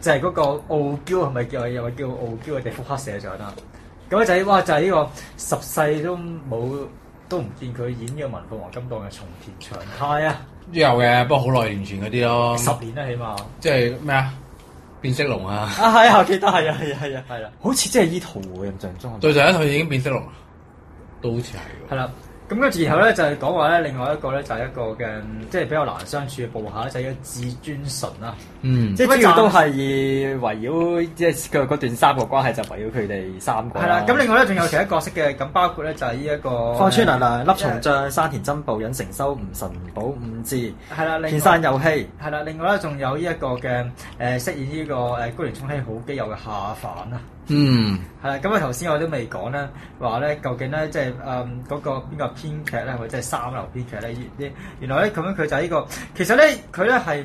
Speaker 6: 就係、嗰個傲嬌係咪叫又話叫傲嬌嘅地福克社長啦？咁咧就係、哇，就係、呢個十世都冇都唔見佢演呢個文化黃金檔嘅松田長太啊！
Speaker 5: 都有嘅，不過好耐年前嗰啲咯，
Speaker 6: 哦十年啦，起碼
Speaker 5: 即係咩啊？變色龍啊！
Speaker 2: 啊，係啊，我記得係啊，係啊，係啊，
Speaker 6: 係啦，
Speaker 2: 好似真係依套喎，印象中。
Speaker 5: 對上一套已經變色龍啦，都好似係
Speaker 6: 係啦。咁跟住然後咧就係講話咧，另外一個咧就係一個嘅，嗯即係比較難相處嘅部下呢就係一個至尊神啦。
Speaker 5: 嗯，
Speaker 2: 即係主要都係圍繞即係佢嗰段三個關係就圍繞佢哋三個。哦
Speaker 6: 係啦，咁另外咧仲有其他角色嘅，咁包括咧就係呢一個
Speaker 2: 芳村能量、粒松將、山田真步、隱成修、吳神保、五志、
Speaker 6: 係啦，
Speaker 2: 片
Speaker 6: 另外
Speaker 2: 山有希。
Speaker 6: 係啦，另外咧仲有呢一個嘅誒飾演呢個誒高連聰希好基友嘅下凡啦。
Speaker 5: 嗯，
Speaker 6: 係啦，咁啊頭先我都未講咧，話咧究竟咧即係誒嗰個邊個編劇咧，或者係三流編劇咧？原原來咧咁樣佢就係呢、個，其實咧佢咧係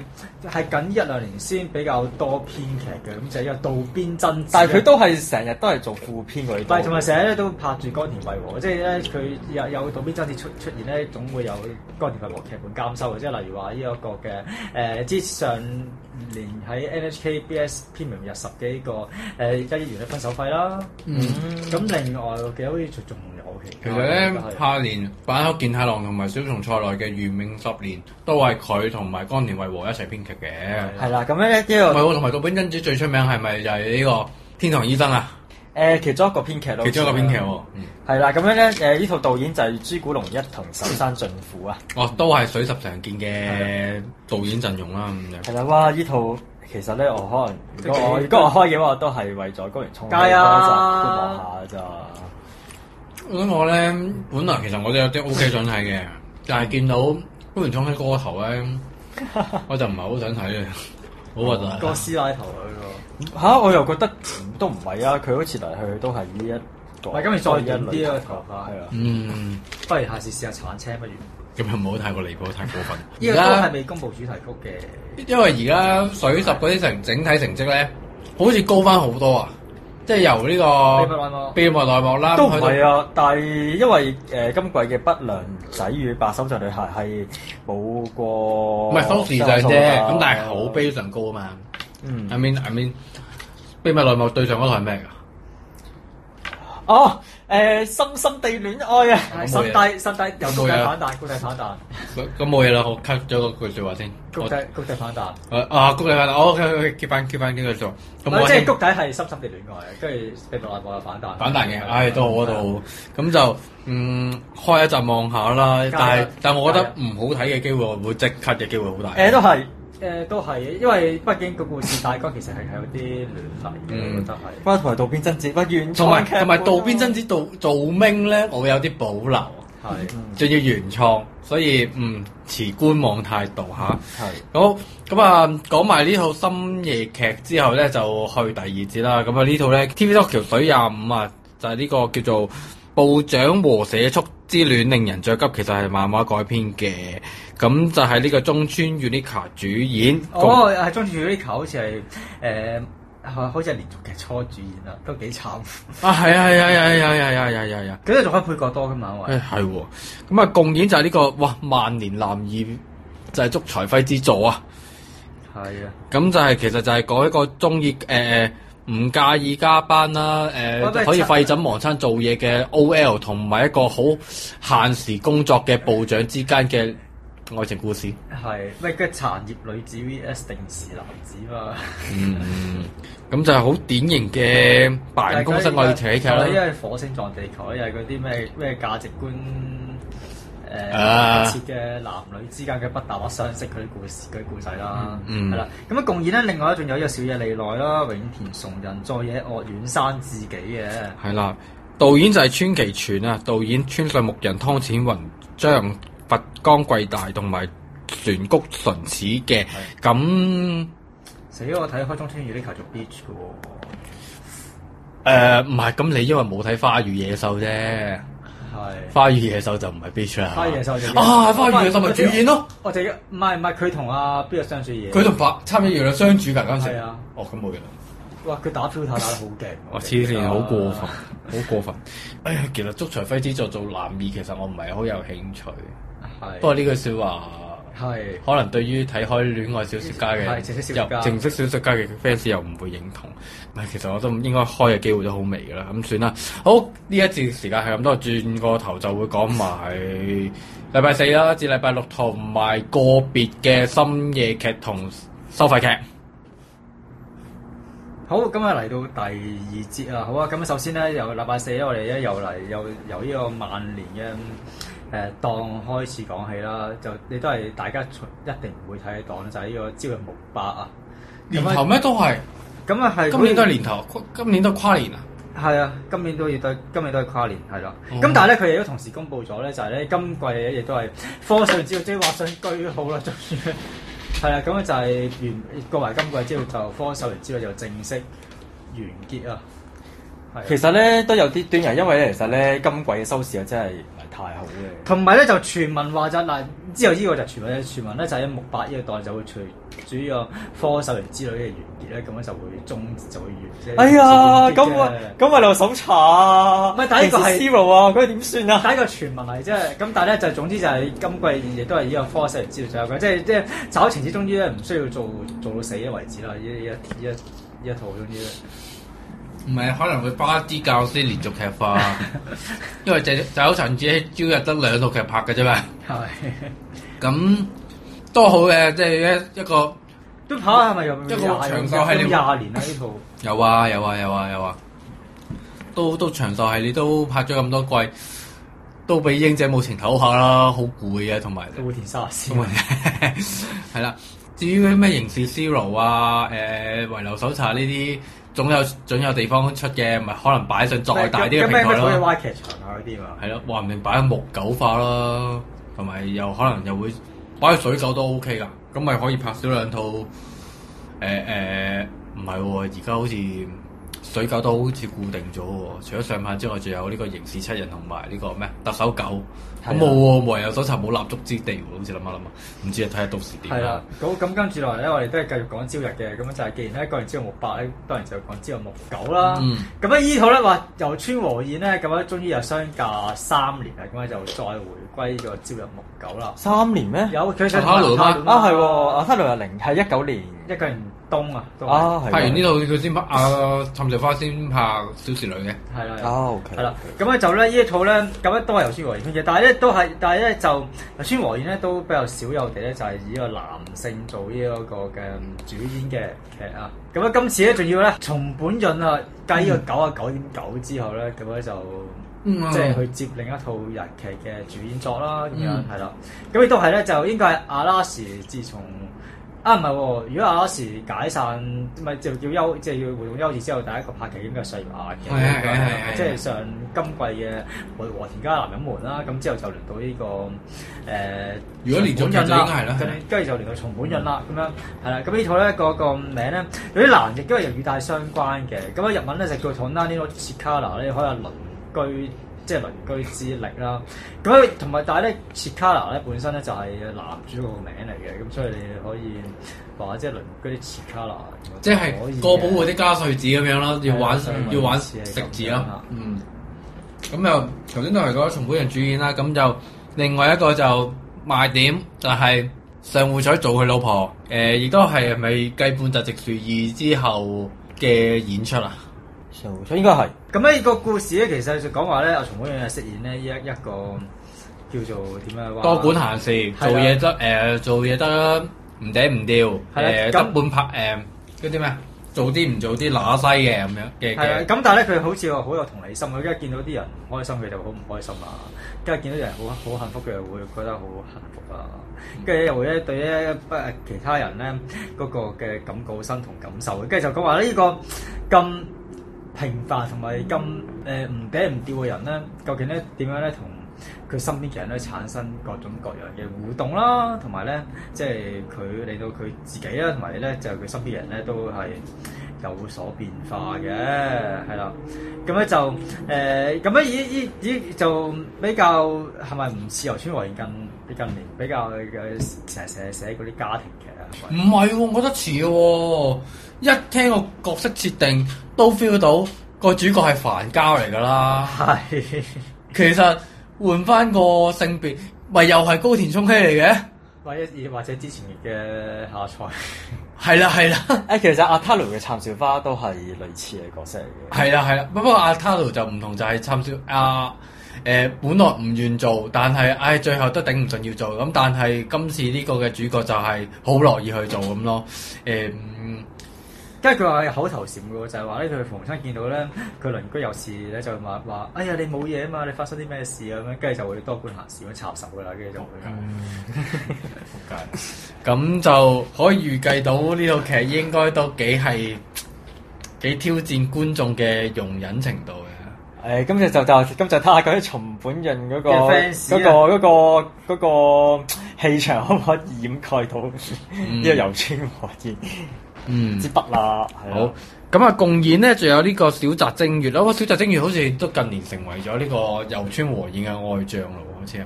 Speaker 6: 係近呢一兩年先比較多編劇嘅，咁就係一個渡邊真子。
Speaker 2: 但係佢都係成日都係做副編嗰啲
Speaker 6: 唔係，
Speaker 2: 多
Speaker 6: 同。埋成日咧都拍住江田惠和，即係咧佢有有渡邊真子出出現咧，總會有江田惠和劇本監修嘅，即係例如話呢一個嘅誒、呃之上年喺 NHK BS Premium 有十幾個誒、呃一億元嘅分手費啦。
Speaker 5: 嗯
Speaker 6: 咁另外我記得好似仲有其
Speaker 5: 其
Speaker 6: 他
Speaker 5: 實
Speaker 6: 嘅
Speaker 5: 咧
Speaker 6: 都係，
Speaker 5: 下年坂口健太郎同埋小松菜奈嘅《原命十年》都係佢同埋江田惠和一齊編劇嘅。
Speaker 2: 係啦，咁咧呢
Speaker 5: 唔係
Speaker 2: 個
Speaker 5: 喎，同埋渡邊真子最出名係咪就係呢個《天堂醫生》啊？
Speaker 2: 誒呃其中一個編劇咯。
Speaker 5: 其中一個編劇
Speaker 6: 啊
Speaker 5: 喎。嗯
Speaker 2: 係啦，咁樣咧誒呢套導演就係朱古龍一同手山俊虎啊。
Speaker 5: 哦，都係水十常見嘅導演陣容啦，
Speaker 2: 係
Speaker 5: 咁樣。
Speaker 2: 啦，哇！呢套其實咧，我可能如果我
Speaker 6: 都幾
Speaker 2: 如果我開嘅話，我都係為咗高原衝
Speaker 6: 加油
Speaker 2: 啊！觀望下咋。
Speaker 5: 咁我咧，本來其實我都有啲 O K 想睇嘅，但係見到高原聰喺嗰個頭咧，我就唔係好想睇嘅， [laughs] 好核突啊。
Speaker 6: 哦個師奶頭佢
Speaker 2: 嚇、我又覺得都唔係啊，佢好似嚟去去都係呢一個。
Speaker 6: 喎，唔係今日再短啲
Speaker 2: 啊
Speaker 6: 個，頭髮，
Speaker 2: 係啊。
Speaker 5: 嗯，
Speaker 6: 不如下次試下鏟車不如。
Speaker 5: 咁又唔好太過離譜，太過分。
Speaker 6: 呢個都係未公佈主題曲嘅，
Speaker 5: 因為而家水十嗰啲成整體成績咧，好似高翻好多啊！即係由呢
Speaker 6: 秘密內
Speaker 5: 個秘
Speaker 6: 幕
Speaker 5: 密內幕啦，
Speaker 2: 都唔
Speaker 5: 去到
Speaker 2: 係啊，但係因為誒、呃今季嘅不良仔與白手杖女孩係冇過，啊
Speaker 5: 唔係收視上啫，咁但係好非常高啊嘛。
Speaker 2: 嗯
Speaker 5: I mean I mean，秘密內幕對上嗰台係咩㗎？
Speaker 2: 哦，誒、深深地戀愛啊，
Speaker 5: 冇嘢
Speaker 6: 新低新低有
Speaker 5: 冇
Speaker 6: 谷底
Speaker 5: 嘢
Speaker 6: 反彈，谷底反彈，
Speaker 5: 咁咁冇嘢啦，我 cut 咗嗰句説話先。
Speaker 6: 谷底谷底反彈。
Speaker 5: 我啊，谷底反彈，OK OK，keep 翻 keep 翻呢個做。
Speaker 6: 唔
Speaker 5: 咁我
Speaker 6: 係即係
Speaker 5: 先
Speaker 6: 谷底係深深地戀愛，跟住秘密內幕又反彈。
Speaker 5: 反彈嘅，唉，都
Speaker 6: 嗯
Speaker 5: 我嗰度。咁就嗯開一集望下啦，
Speaker 6: 加油
Speaker 5: 但係但係我覺
Speaker 6: 加
Speaker 5: 得唔好睇嘅機會會即 cut 嘅機會好大。
Speaker 2: 誒、都係
Speaker 6: 誒都係，因為畢竟個故事大綱其實係有啲亂嚟
Speaker 5: 嗯
Speaker 6: 嘅，我覺得係。
Speaker 2: 不過同埋渡邊真子，不原
Speaker 5: 同埋
Speaker 2: 創劇
Speaker 5: 同埋
Speaker 2: 本
Speaker 5: 渡
Speaker 2: 啊
Speaker 5: 邊真子做做明咧，我有啲保留，
Speaker 6: 係
Speaker 5: 仲要原創，所以嗯持觀望態度嚇。
Speaker 6: 係
Speaker 5: 好咁啊，講埋呢套深夜劇之後咧，就去第二節啦。咁啊，呢套咧 TV Tokyo 水廿五啊，就係、呢個叫做《部長和社畜之戀令人着急》，其實係漫畫改編嘅。咁就係呢個中村 Unica 主演。
Speaker 6: 哦，係中住呢球好似係誒，係好似係連續劇初主演啦，都幾
Speaker 5: [laughs]
Speaker 6: 慘。
Speaker 5: 啊，係啊，係啊，係啊，係啊，係啊，係啊，係啊，係啊。
Speaker 6: 佢都仲可以配角多噶嘛，喂。
Speaker 5: 誒係喎，咁啊共演就係呢、個哇萬年男二就係祝財輝之助啊！
Speaker 6: 係啊。
Speaker 5: 咁就係、其實就係講一個中意誒唔介意加班啦，誒、
Speaker 6: 喂喂
Speaker 5: 可以
Speaker 6: 七
Speaker 5: 廢枕忘餐做嘢嘅 OL 同埋一個好限時工作嘅部長之間嘅愛情故事。
Speaker 6: 係咩？嘅殘葉女子 VS 定時男子嘛，
Speaker 5: 嗯，咁就係好典型嘅辦公室愛情喜劇
Speaker 6: 因
Speaker 5: 啦。
Speaker 6: 為火星撞地球，又係嗰啲咩咩價值觀誒
Speaker 5: 啊
Speaker 6: 設嘅男女之間嘅不搭或相識嗰啲故事嗰啲故仔啦，
Speaker 5: 嗯嗯
Speaker 6: 係啦。咁啊，共演咧，另外仲有一個小野利奈啦、永田崇人、佐野岳遠山自己嘅，
Speaker 5: 係啦，導演就係川崎泉啊，導演川上木人、湯淺雲、張佛江貴大同埋船谷純子嘅。咁
Speaker 6: 死咗我睇開中村與呢球做 beach
Speaker 5: 誒
Speaker 6: 嘅
Speaker 5: 呃唔係，咁你因為冇睇《花與野獸》啫，《
Speaker 6: 喎，係。
Speaker 5: 花與野獸》就唔係 Beach 啦。
Speaker 6: 花與野獸就叫哦
Speaker 5: 啊，《花與野獸》咪主演咯，
Speaker 6: 我哋唔係唔係佢同阿邊個相處嘢？
Speaker 5: 佢同白參與月亮相主㗎嗰陣時。
Speaker 6: 係啊，
Speaker 5: 哦咁冇嘢啦。
Speaker 6: 哇！佢打 filter 打得好勁，
Speaker 5: 我黐線，
Speaker 6: 啊
Speaker 5: 好過分，好過分。哎呀，其實祝財輝之助做男二，其實我唔係好有興趣。
Speaker 6: 係
Speaker 5: 不過呢句説話。
Speaker 6: 係
Speaker 5: 可能對於睇開戀愛小説家
Speaker 6: 係
Speaker 5: 嘅
Speaker 6: 正式小說家
Speaker 5: 又正式小説家嘅 fans 又唔會認同。唔係，其實我都應該開嘅機會都好微㗎啦。咁算啦。好，呢一節時間係咁多，轉個頭就會講埋禮拜四啦，至禮拜六同埋個別嘅深夜劇同收費劇。
Speaker 6: 好，咁啊嚟到第二節啦，好啊，咁首先咧，由禮拜四咧，我哋咧又嚟又由呢個萬年嘅誒、呃、檔開始講起啦，就你都係大家一定唔會睇嘅檔就係、呢個朝陽木八啊，
Speaker 5: 年頭咩都係，
Speaker 6: 咁啊係
Speaker 5: 今年都係年頭，今年都跨年啊！
Speaker 6: 係啊，今年都要對，今年都係跨年係啦。
Speaker 5: 哦
Speaker 6: 咁、但係咧，佢哋都同時公布咗咧，就係、咧今季咧亦都係科上照即係畫上句號啦，終於係啊啦。咁咧就係完過埋今季之後，就科秀完之後就正式完結啊。係啊
Speaker 2: 其實咧都有啲端倪，因為咧其實咧今季嘅收視啊真係唔係太好嘅。
Speaker 6: 同埋咧就傳聞話就嗱，之後呢個就傳聞傳聞咧就喺木八呢個代就會隨住呢個科秀完之類嘅完結咧，咁樣就會終就會完。即係
Speaker 2: 哎呀，
Speaker 6: 完結
Speaker 2: 咁
Speaker 6: 嘅
Speaker 2: 我咁我哋搜查啊，
Speaker 6: 唔係第一個係
Speaker 2: zero 啊，咁佢點算啊？
Speaker 6: 第一個傳聞嚟啫，咁但係咧就總之就係今季亦都係呢個科室資料就有關，即係即係找情之終於咧唔需要做做到死嘅為止啦，呢一一一一套終於
Speaker 5: 唔係，可能會巴啲教師連續劇化， [laughs] 因為就就有陳子朝日得兩套劇拍嘅啫嘛。
Speaker 6: 係
Speaker 5: 咁都好嘅，即係一一個
Speaker 6: 都跑下係咪又
Speaker 5: 一個長壽系
Speaker 6: 係
Speaker 5: 列
Speaker 6: 廿年啦呢套，
Speaker 5: 有啊有啊有啊有啊，都都長壽系列都拍咗咁多季，都俾英姐冇情唞下啦，好攰啊，同埋
Speaker 6: 都會填沙先。
Speaker 5: 啊係啦。至於咩刑事 zero 啊，誒、遺留搜查呢啲，總有總有地方出嘅，咪可能擺上再大啲嘅平台
Speaker 6: 咩咩可以
Speaker 5: 咯。
Speaker 6: 歪劇場啊嗰啲嘛，
Speaker 5: 係咯，話唔定擺喺木狗化啦，同埋又可能又會擺喺水狗都 OK 噶，咁咪可以拍少兩套。誒、誒，唔係喎，而家好似水狗都好似固定咗喎，除咗上版之外，仲有呢個刑事七人同埋呢個咩特首狗，咁冇喎，無人有搜查冇立足之地喎，好似諗下諗下，唔知啊，睇下到時點
Speaker 6: 係啦
Speaker 5: 啦。，
Speaker 6: 咁咁跟住落嚟咧，我哋都係繼續講朝日嘅，咁就係既然咧講完朝日木八咧，當然就講朝日木九啦。
Speaker 5: 嗯
Speaker 6: 咁咧依套咧話由川和彥咧，咁啊樣終於又相隔三年啦，咁咧就再回歸個朝日木九啦。
Speaker 2: 三年咩？
Speaker 6: 有佢想
Speaker 5: 阿塔魯嗎
Speaker 2: 啊係喎，阿七六日零係一九年
Speaker 6: 一個人東啊，都係
Speaker 2: 啊係喎。
Speaker 5: 拍完呢度佢先拍啊，氹條花先拍小時女嘅，
Speaker 6: 係啦，
Speaker 2: 啊 OK
Speaker 6: 係啦，咁咧就咧呢一套咧，咁咧都係由川和彥編嘅，但係咧都係，但係咧就川和彥咧都比較少有地咧就係以個男性做呢一個嘅嗯主演嘅劇啊，咁咧今次咧仲要咧從本潤啊繼
Speaker 2: 嗯
Speaker 6: 呢個九啊九點九之後咧，咁咧就。
Speaker 5: 嗯
Speaker 6: 即係去接另一套日劇嘅主演作啦，咁樣
Speaker 5: 嗯
Speaker 6: 係啦。咁亦都係咧，就應該係阿拉士自從誒、啊，唔係喎！如果阿時解散，咪就叫休，即係要活動休市之後，第一個拍劇應該係細
Speaker 5: 係係係
Speaker 6: 眼
Speaker 5: 係
Speaker 6: 嘅，
Speaker 5: 係
Speaker 6: 即係上今季嘅和和田家男人們啦，咁之後就輪到呢、個誒。
Speaker 5: 如果連續劇就應該係啦
Speaker 6: 跟住跟住就連到松本潤啦，咁樣係啦。咁呢套咧個個名咧有啲難，亦都係由語帶相關嘅。咁啊日文咧就叫 t o n a n i no c h i k a r a 咧，可以係鄰居。即係鄰居之力啦，咁啊同埋但係咧 c h i k a r a 咧本身咧就係男主角個名嚟嘅，咁所以你可以話即係鄰居啲 c h i k a r a
Speaker 5: 即係過保護啲加碎子咁樣啦，要玩
Speaker 6: 係啊
Speaker 5: 要玩
Speaker 6: 係
Speaker 5: 食
Speaker 6: 啊
Speaker 5: 字
Speaker 6: 咁樣
Speaker 5: 啦
Speaker 6: 啦。
Speaker 5: 嗯，咁又頭先都係講松本人主演啦，咁就另外一個就賣點就係上戶彩做佢老婆，誒、亦都係咪繼半澤直樹二之後嘅演出啊？
Speaker 2: 所以應該係
Speaker 6: 咁呢個故事咧，其實就講話咧，阿松本潤係飾演咧一一個叫做點樣話
Speaker 5: 多管閒事，
Speaker 6: 係
Speaker 5: 做
Speaker 6: 啊啦
Speaker 5: 嘢得誒、做嘢得唔嗲唔吊，誒、
Speaker 6: 係啦
Speaker 5: 得
Speaker 6: 啊咁
Speaker 5: 半拍誒嗰啲咩，做啲唔做啲乸西嘅咁樣嘅
Speaker 6: 係啊，
Speaker 5: 嘅。
Speaker 6: 咁但係咧，佢好似話好有同理心，佢一見到啲人唔開心，佢就好唔開心啊；跟住見到人好好幸福，佢又會覺得好幸福啊。
Speaker 5: 嗯
Speaker 6: 跟住又會咧對咧不其他人咧嗰、個嘅感覺好身同感受嘅。跟住就講話呢、個咁平凡同埋咁誒唔嗲唔吊嘅人咧，究竟咧點樣咧同？佢身邊嘅人咧產生各種各樣嘅互動啦，同埋咧即係佢令到佢自己啦，同埋咧就佢身邊嘅人咧都係有所變化嘅，係啦。咁咧就誒，咁咧依依依就比較係咪唔似由村和近近年比較嘅成日寫寫嗰啲家庭劇啊？係
Speaker 5: 唔
Speaker 6: 咪
Speaker 5: 係喎，我覺得似喎，一聽個角色設定都 feel 到個主角係凡交嚟㗎啦。
Speaker 6: 係
Speaker 5: 其實換翻個性別，咪又係高田充希嚟嘅？
Speaker 6: 或者或者之前嘅下菜
Speaker 5: 係啦係啦
Speaker 2: 誒，其實阿 t a l 嘅杉小花都係類似嘅角色嚟嘅。
Speaker 5: 係啦係啦，不過阿 Taro 就唔同，就係參少阿誒本來唔願做，但係唉最後都頂唔順要做咁，但係今次呢個嘅主角就係好樂意去做咁咯。誒、嗯
Speaker 6: 跟住佢話口頭禪嘅喎，就係話咧佢逢親見到咧佢鄰居有事咧就話話哎呀你冇嘢啊嘛，你發生啲咩事啊咁樣，跟住就會多管閒事咁樣插手㗎啦，跟住就會
Speaker 5: 咁就可以預計到呢套劇應該都幾係幾挑戰觀眾嘅容忍程度嘅。
Speaker 2: 誒，今日就就今就睇下佢松本潤嗰個
Speaker 6: 嘅 fans
Speaker 5: 啊
Speaker 2: 嗰個嗰個嗰個氣場可唔可以掩蓋到呢個遊村和彥
Speaker 5: 嗯
Speaker 2: 之筆啦？係
Speaker 5: 好
Speaker 2: 啊，。
Speaker 5: 咁啊，共演呢，仲有呢個小澤征月啦。哇，小澤征月好似都近年成為咗呢個遊川和彥嘅愛將咯喎，好似係咪？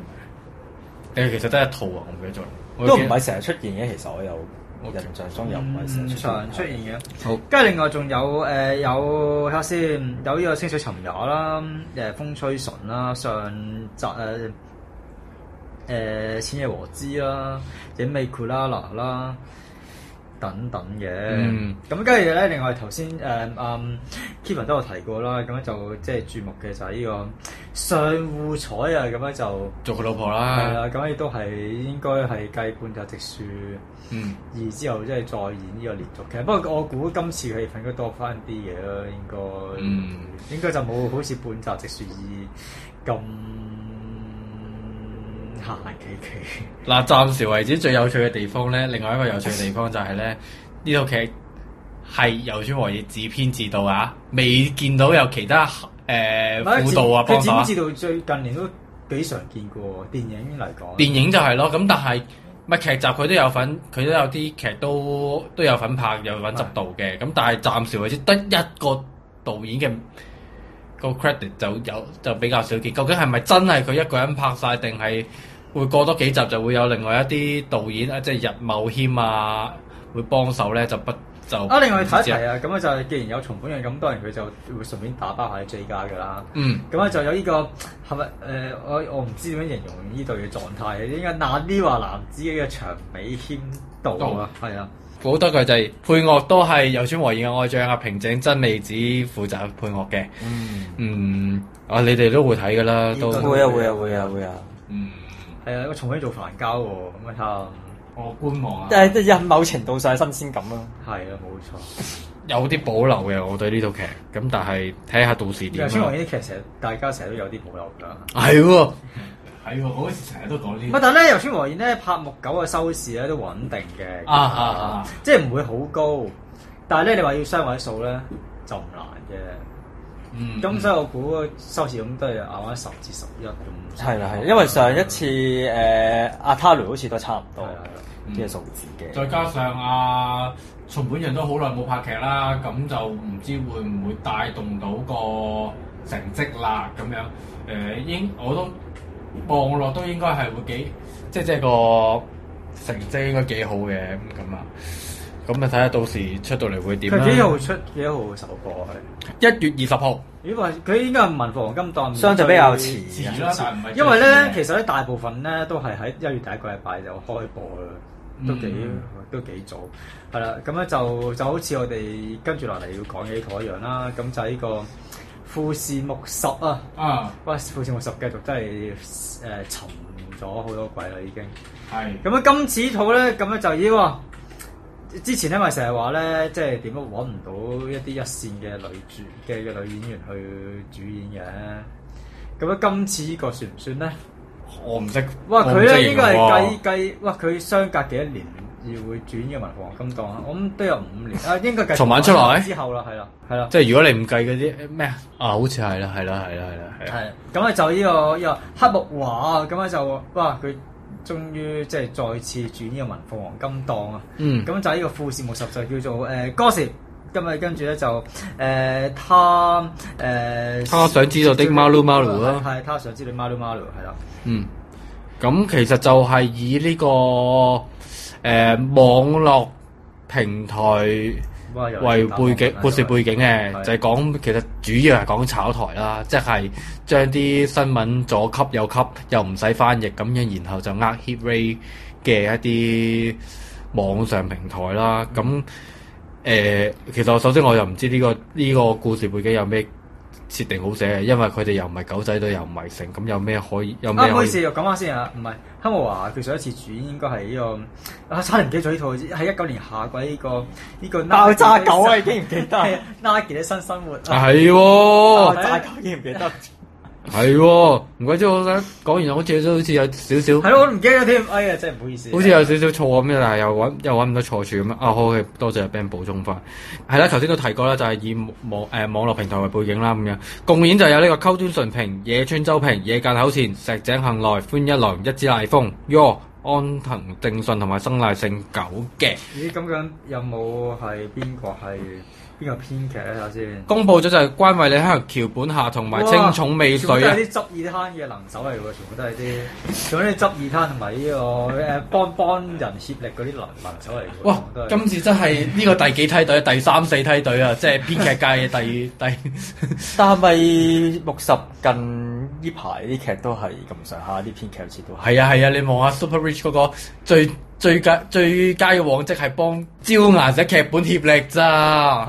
Speaker 5: 誒，其實得一套啊，我唔記得咗啦。我
Speaker 2: 都唔
Speaker 5: 記得
Speaker 2: 係成日出現嘅，其實我有印象中又唔係成日
Speaker 6: 唔
Speaker 2: 出
Speaker 6: 嗯常出
Speaker 2: 現。
Speaker 6: 現嘅。
Speaker 5: 好。
Speaker 6: 跟住另外仲有誒、呃有睇下先，有呢個清水尋也啦，誒、風吹唇啦，上集誒誒淺野和之啦，影美庫拉娜啦。等等嘅，
Speaker 5: 嗯
Speaker 6: 咁跟住咧，另外頭先誒嗯 Kevin 都有提過啦，咁樣就即係注目嘅就係呢個上戶彩啊，咁樣就
Speaker 5: 做佢老婆
Speaker 6: 係
Speaker 5: 啦。
Speaker 6: 啦，咁亦都係應該係繼半澤直樹
Speaker 5: 嗯。
Speaker 6: 二之後即係再演呢個連續劇，不過我估今次嘅戲份應該多翻啲嘢啦，應該，
Speaker 5: 嗯
Speaker 6: 應該就冇好似半澤直樹二咁行行企企。
Speaker 5: 嗱，暫時為止最有趣嘅地方咧，另外一個有趣嘅地方就係咧，呢套劇係由川和野自編自導啊，未見到有其他誒、呃、輔導啊
Speaker 6: 佢
Speaker 5: 幫
Speaker 6: 剪
Speaker 5: 手啊
Speaker 6: 佢剪。至到最近年都幾常見嘅喎，電影嚟講。
Speaker 5: 電影就係咯，咁但係乜劇集佢都有份，佢都有啲劇都都有份拍，有份執導嘅。咁但係暫時為止得一個導演嘅個 credit 就有就比較少見。究竟係咪真係佢一個人拍晒，定係會過多幾集就會有另外一啲導演啊，即係日茂軒啊，會幫手咧就不就
Speaker 6: 啊，另外睇一
Speaker 5: 唔知啊
Speaker 6: 睇啊，咁咧就係既然有重本嘅，咁當然佢就會順便打包下啲 J 家嘅啦。
Speaker 5: 嗯。
Speaker 6: 咁咧就有呢、個係咪誒？我我唔知點樣形容呢隊嘅狀態，應該難啲話男子嘅長尾牽道
Speaker 5: 哦
Speaker 6: 啊，係啊，
Speaker 5: 好多佢就係配樂都係有川和彥嘅愛將啊，平井真理子負責配樂嘅。嗯，啊，你哋都會睇噶啦，都
Speaker 6: 應該
Speaker 2: 會啊會啊會啊會啊！
Speaker 5: 嗯，
Speaker 6: 係啊，個重慶做凡交喎，咁啊
Speaker 5: 我觀
Speaker 7: 啊
Speaker 5: 望
Speaker 2: 但係有某程度上係新鮮感咯。
Speaker 6: 睇下，係啦，冇錯。
Speaker 5: 有啲保留嘅，我對呢套劇，咁但係睇下到時
Speaker 6: 楊
Speaker 5: 點
Speaker 2: 啊
Speaker 6: 千嬅
Speaker 5: 啦。
Speaker 6: 呢啲劇成日大家成日都有啲保留㗎，
Speaker 5: 係喎，
Speaker 7: 係喎，我嗰時成日都講呢
Speaker 6: 唔係，但係咧，油村和彥咧拍木九嘅收視咧都穩定嘅，
Speaker 5: 啊啊啊！
Speaker 6: 即係唔會好高，但係咧你話要雙位數咧就唔難嘅。
Speaker 5: 嗯，
Speaker 6: 咁、所以我估收視咁都係啱啱十至十一咁。
Speaker 2: 係啦，係，因為上一次誒阿 t a l 好似都差唔多
Speaker 6: 係啊嗯啦係啦
Speaker 2: 啲數字嘅。
Speaker 5: 再加上啊，松本人都好耐冇拍劇啦，咁就唔知會唔會帶動到個成績啦咁樣。誒、應我都望落都應該係會幾，即係即係個成績應該幾好嘅咁啊。咁啊睇下到時出到嚟會點
Speaker 2: 啊
Speaker 5: 啦。
Speaker 6: 佢幾號出幾號首播啊係？
Speaker 5: 一月二十號
Speaker 6: 如果話佢應該係文化黃金檔，
Speaker 2: 相對比較遲
Speaker 5: 遲啦，但係唔係
Speaker 6: 啊因為咧，
Speaker 5: 最
Speaker 6: 其實咧大部分咧都係喺一月第一個禮拜就開播啦，都幾、
Speaker 5: 嗯
Speaker 6: 都幾早，係啦。咁咧就就好似我哋跟住落嚟要講嘅呢套一樣啦。咁就係呢個富士木十啊，
Speaker 5: 啊
Speaker 6: 哇！富士木十繼續真係誒、沉咗好多季啦已經。
Speaker 5: 係
Speaker 6: 咁咧今次呢套咧咁咧就要啊！之前咧咪成日話咧，即係點都揾唔到一啲一線嘅女主嘅嘅女演員去主演嘅。咁咧今次呢個算唔算咧？
Speaker 5: 我唔識。
Speaker 6: 哇！佢
Speaker 5: 我唔識
Speaker 6: 咧應該
Speaker 5: 形容喎
Speaker 6: 係計計，哇！佢相隔幾多年要會轉嘅文房金檔啊？我諗都有五年啊，應該計
Speaker 5: 重版出來
Speaker 6: 之後啦，係啦，係啦。
Speaker 5: 即係如果你唔計嗰啲咩啊，啊好似係啦，係啦，係啦，係啦，係啦。
Speaker 6: 係咁啊咧就呢、個呢、個黑木華啊咁咧就哇佢終於即係再次轉呢個文鳳黃金檔啊！
Speaker 5: 嗯
Speaker 6: 咁就呢個富士木十就叫做誒歌詞。咁啊，跟住咧就誒、他誒、
Speaker 5: 他想知道的 Maru Maru 啦
Speaker 6: 係他想知道 Maru Maru 係啦，
Speaker 5: 嗯，咁其實就係以呢、個誒、呃、網絡平台
Speaker 6: 哇又
Speaker 5: 為
Speaker 6: 打
Speaker 5: 背景
Speaker 6: 網絡
Speaker 5: 故事背景嘅
Speaker 6: 係，
Speaker 5: 就係講其實主要係講炒台啦，即係將啲新聞左吸右吸，又唔使翻譯咁樣，然後就呃 hit rate 嘅一啲網上平台啦。咁誒、呃其實我首先我又唔知呢、個呢、個故事背景有咩設定好寫嘅，因為佢哋又唔係狗仔隊，又唔係成，咁有咩可以有
Speaker 6: 啊，
Speaker 5: 咩
Speaker 6: 唔好
Speaker 5: 可
Speaker 6: 意
Speaker 5: 以？
Speaker 6: 思，我講翻先啊，唔係黑木華佢上一次主演應該係呢、個啊，差啲唔記得咗呢套，喺一九年夏季呢、個呢、個
Speaker 2: 爆炸狗啊，已經唔記得。
Speaker 6: [laughs] 係啊 Nike 嘅新生活啊，
Speaker 5: 啊係
Speaker 2: 爆
Speaker 5: 喎，
Speaker 2: 炸狗已經唔記得。
Speaker 5: 係喎，唔怪之我想講完，好似都好似有少少，
Speaker 6: 係咯，我都唔記得咗添，哎呀，真係唔好意思。
Speaker 5: 好似有少少錯咁樣，但係又揾又揾唔到錯處咁樣。啊，好嘅，多謝 Ben 補充翻。係啦，頭先都提過啦，就係、以網誒、呃、網絡平台為背景啦，咁樣共演就有呢個溝端純平、野村周平、野間口前、石井幸來、寬一郎、一枝瀨風、Yo、安藤正信同埋生瀨聖久嘅。
Speaker 6: 咦，咁樣有冇係邊個係邊個編劇咧？睇下先。
Speaker 5: 公佈咗就係關惠理香、橋本夏同埋清重美
Speaker 6: 哇
Speaker 5: 穗
Speaker 6: 全
Speaker 5: 啊
Speaker 6: 部都。係啲執二攤嘅能手嚟喎，全部都係啲，仲有啲執二攤同埋呢個誒幫幫人協力嗰啲能能手嚟嘅喎。
Speaker 5: 哇！
Speaker 6: 全
Speaker 5: 今次真係呢個第幾梯隊？第三四梯隊啊！即係編劇界嘅第 [laughs] 第
Speaker 2: 但係咪六十近呢排啲劇都係咁上下，啲編劇好似
Speaker 5: [laughs]
Speaker 2: 都係。
Speaker 5: 係啊係啊！你望下 Super Rich 嗰個最最佳最佳嘅往績係幫招顏寫劇本協力咋。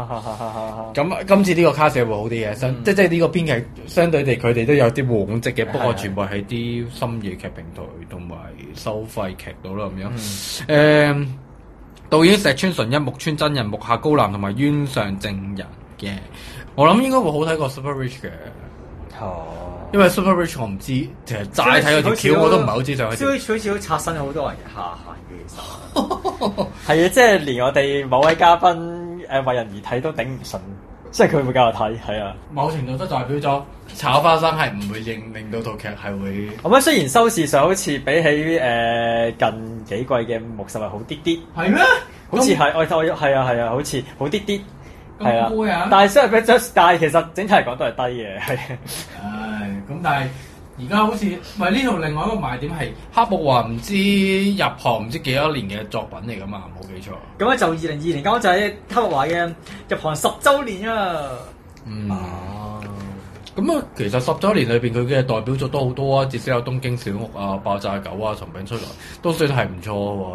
Speaker 5: 咁今次呢個卡社會好啲嘅，相、
Speaker 2: 嗯
Speaker 5: 即即係呢個編劇相對地佢哋都有啲往績嘅，不過
Speaker 2: 係係
Speaker 5: 全部係啲深夜劇平台同埋收費劇度啦咁樣。誒、
Speaker 2: 嗯
Speaker 5: 導演石川純一、木村真人、木下高男同埋淵上正人嘅，我諗應該會好睇過 Super Rich 嘅，
Speaker 2: 哦，
Speaker 5: 因為 Super Rich 我唔知，其實齋
Speaker 2: 嗯
Speaker 5: 睇佢條橋我都唔係好知上去
Speaker 6: 好
Speaker 5: 條。
Speaker 6: 似好似刷新好多人嘅下限嘅，其實。
Speaker 2: 係啊，即係連我哋某位嘉賓誒為人而睇都頂唔順，即係佢會教我睇，係啊。
Speaker 5: 某程度都代表咗炒花生係唔會令令到套劇係會
Speaker 2: 咁咧雖然收視上好似比起誒、呃近幾季嘅木十係好啲啲，
Speaker 5: 係咩？
Speaker 2: 好似係我我係啊係啊，好似好啲啲，
Speaker 5: 咁
Speaker 2: 係
Speaker 5: 灰啊
Speaker 2: 啊。但係雖然比較但係其實整體嚟講都係低嘅，係啊。
Speaker 5: 唉，咁但係而家好似，唔係呢度另外一個賣點係黑木華唔知入行唔知幾多年嘅作品嚟噶嘛，冇記錯。
Speaker 6: 咁咧就二零二年咁就係黑木華嘅入行十週年啊！
Speaker 5: 嗯。咁啊，其實十周年裏邊佢嘅代表作都好多啊，至少有東京小屋啊、爆炸狗啊、松餅出來，都算係唔錯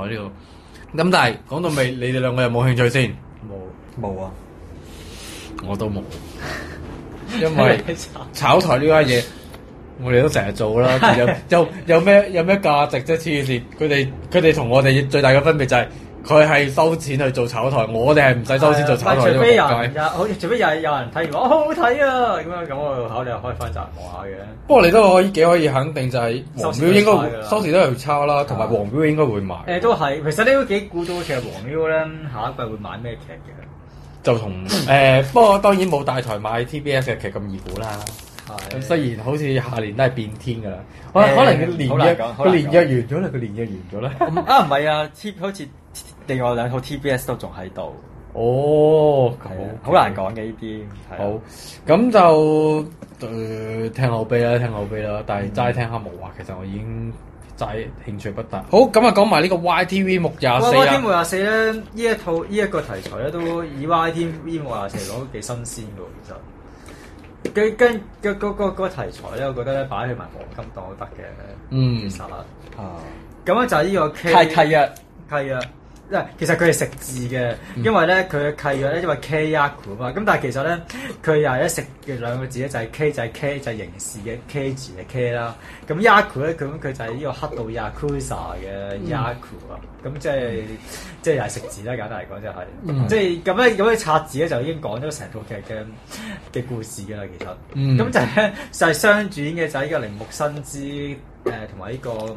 Speaker 5: 喎呢個。咁但係講到尾，你哋兩個有冇興趣先？
Speaker 2: 冇啊，
Speaker 5: 我都冇，因為炒台呢家嘢，我哋都成日做啦。有有有咩有咩價值啫？黐線！佢哋佢哋同我哋最大嘅分別就係、佢係收錢去做炒台，我哋係唔使收錢做炒台呢
Speaker 2: 除
Speaker 5: 個
Speaker 2: 非有
Speaker 5: 仆
Speaker 2: 人
Speaker 5: 街。
Speaker 2: 有，好似除非有有人睇完話哦好好睇啊，咁樣咁我考慮開翻集望下嘅。
Speaker 5: 不過你都可以幾可以肯定就係黃標應該
Speaker 2: 收視都係差㗎
Speaker 5: 會收視都係差啦，同埋黃標應該會賣。
Speaker 2: 誒都係，其實你都幾估到其實黃 U 咧下一季會買咩劇嘅。[coughs]
Speaker 5: 就同誒，不過當然冇大台買 TBS 嘅劇咁易估啦。咁雖然好似下年都係變天㗎啦，可能
Speaker 2: 誒
Speaker 5: 可能佢連
Speaker 2: 好難
Speaker 5: 約
Speaker 2: 講好
Speaker 5: 佢
Speaker 2: 難
Speaker 5: 連約完咗啦，佢連約完咗啦。
Speaker 2: 唔啊，唔係啊，T 好似另外兩套 TBS 都仲喺度，
Speaker 5: [laughs] 哦，
Speaker 2: 係
Speaker 5: 咁
Speaker 2: 啊好難講嘅呢啲。係啊
Speaker 6: 哦
Speaker 5: 好，咁就誒、呃、聽口碑啦，聽口碑啦。
Speaker 2: 嗯
Speaker 5: 但係齋聽下無話，其實我已經齋興趣不大。好，咁啊講埋呢個 YTV 木廿
Speaker 2: 啊
Speaker 5: 四
Speaker 6: 哇！Y T
Speaker 5: 啦。
Speaker 6: 廿四咧，呢一套呢一個題材咧，都以 Y T 廿四嚟講都幾新鮮嘅喎，其實。跟跟跟嗰嗰嗰個題材咧，我覺得咧擺去埋黃金檔都得嘅，
Speaker 5: 嗯
Speaker 6: 其，實啦。
Speaker 2: 啊，
Speaker 6: 咁咧就係呢個
Speaker 2: 契
Speaker 6: K
Speaker 2: 契啊約
Speaker 6: 契約，因為其實佢係食字嘅，
Speaker 5: 嗯
Speaker 6: 因為咧佢嘅契約咧因為 K 壓股嘛，咁但係其實咧佢又係一食嘅兩個字咧就係 K 就係 K 就係刑事嘅 K 字嘅 K 啦，咁 Yaku 咧咁佢就係呢個黑道 Yakuza
Speaker 5: 嗯
Speaker 6: 嘅 Yaku 啊，咁即係即係又係食字啦，簡單嚟講就係、
Speaker 5: 嗯
Speaker 6: 即係咁咧咁樣拆字咧就已經講咗成套劇嘅嘅故事嘅啦，其實，咁、
Speaker 5: 嗯
Speaker 6: 就係咧就係相轉嘅就係呢個鈴木伸之誒同埋呢個誒、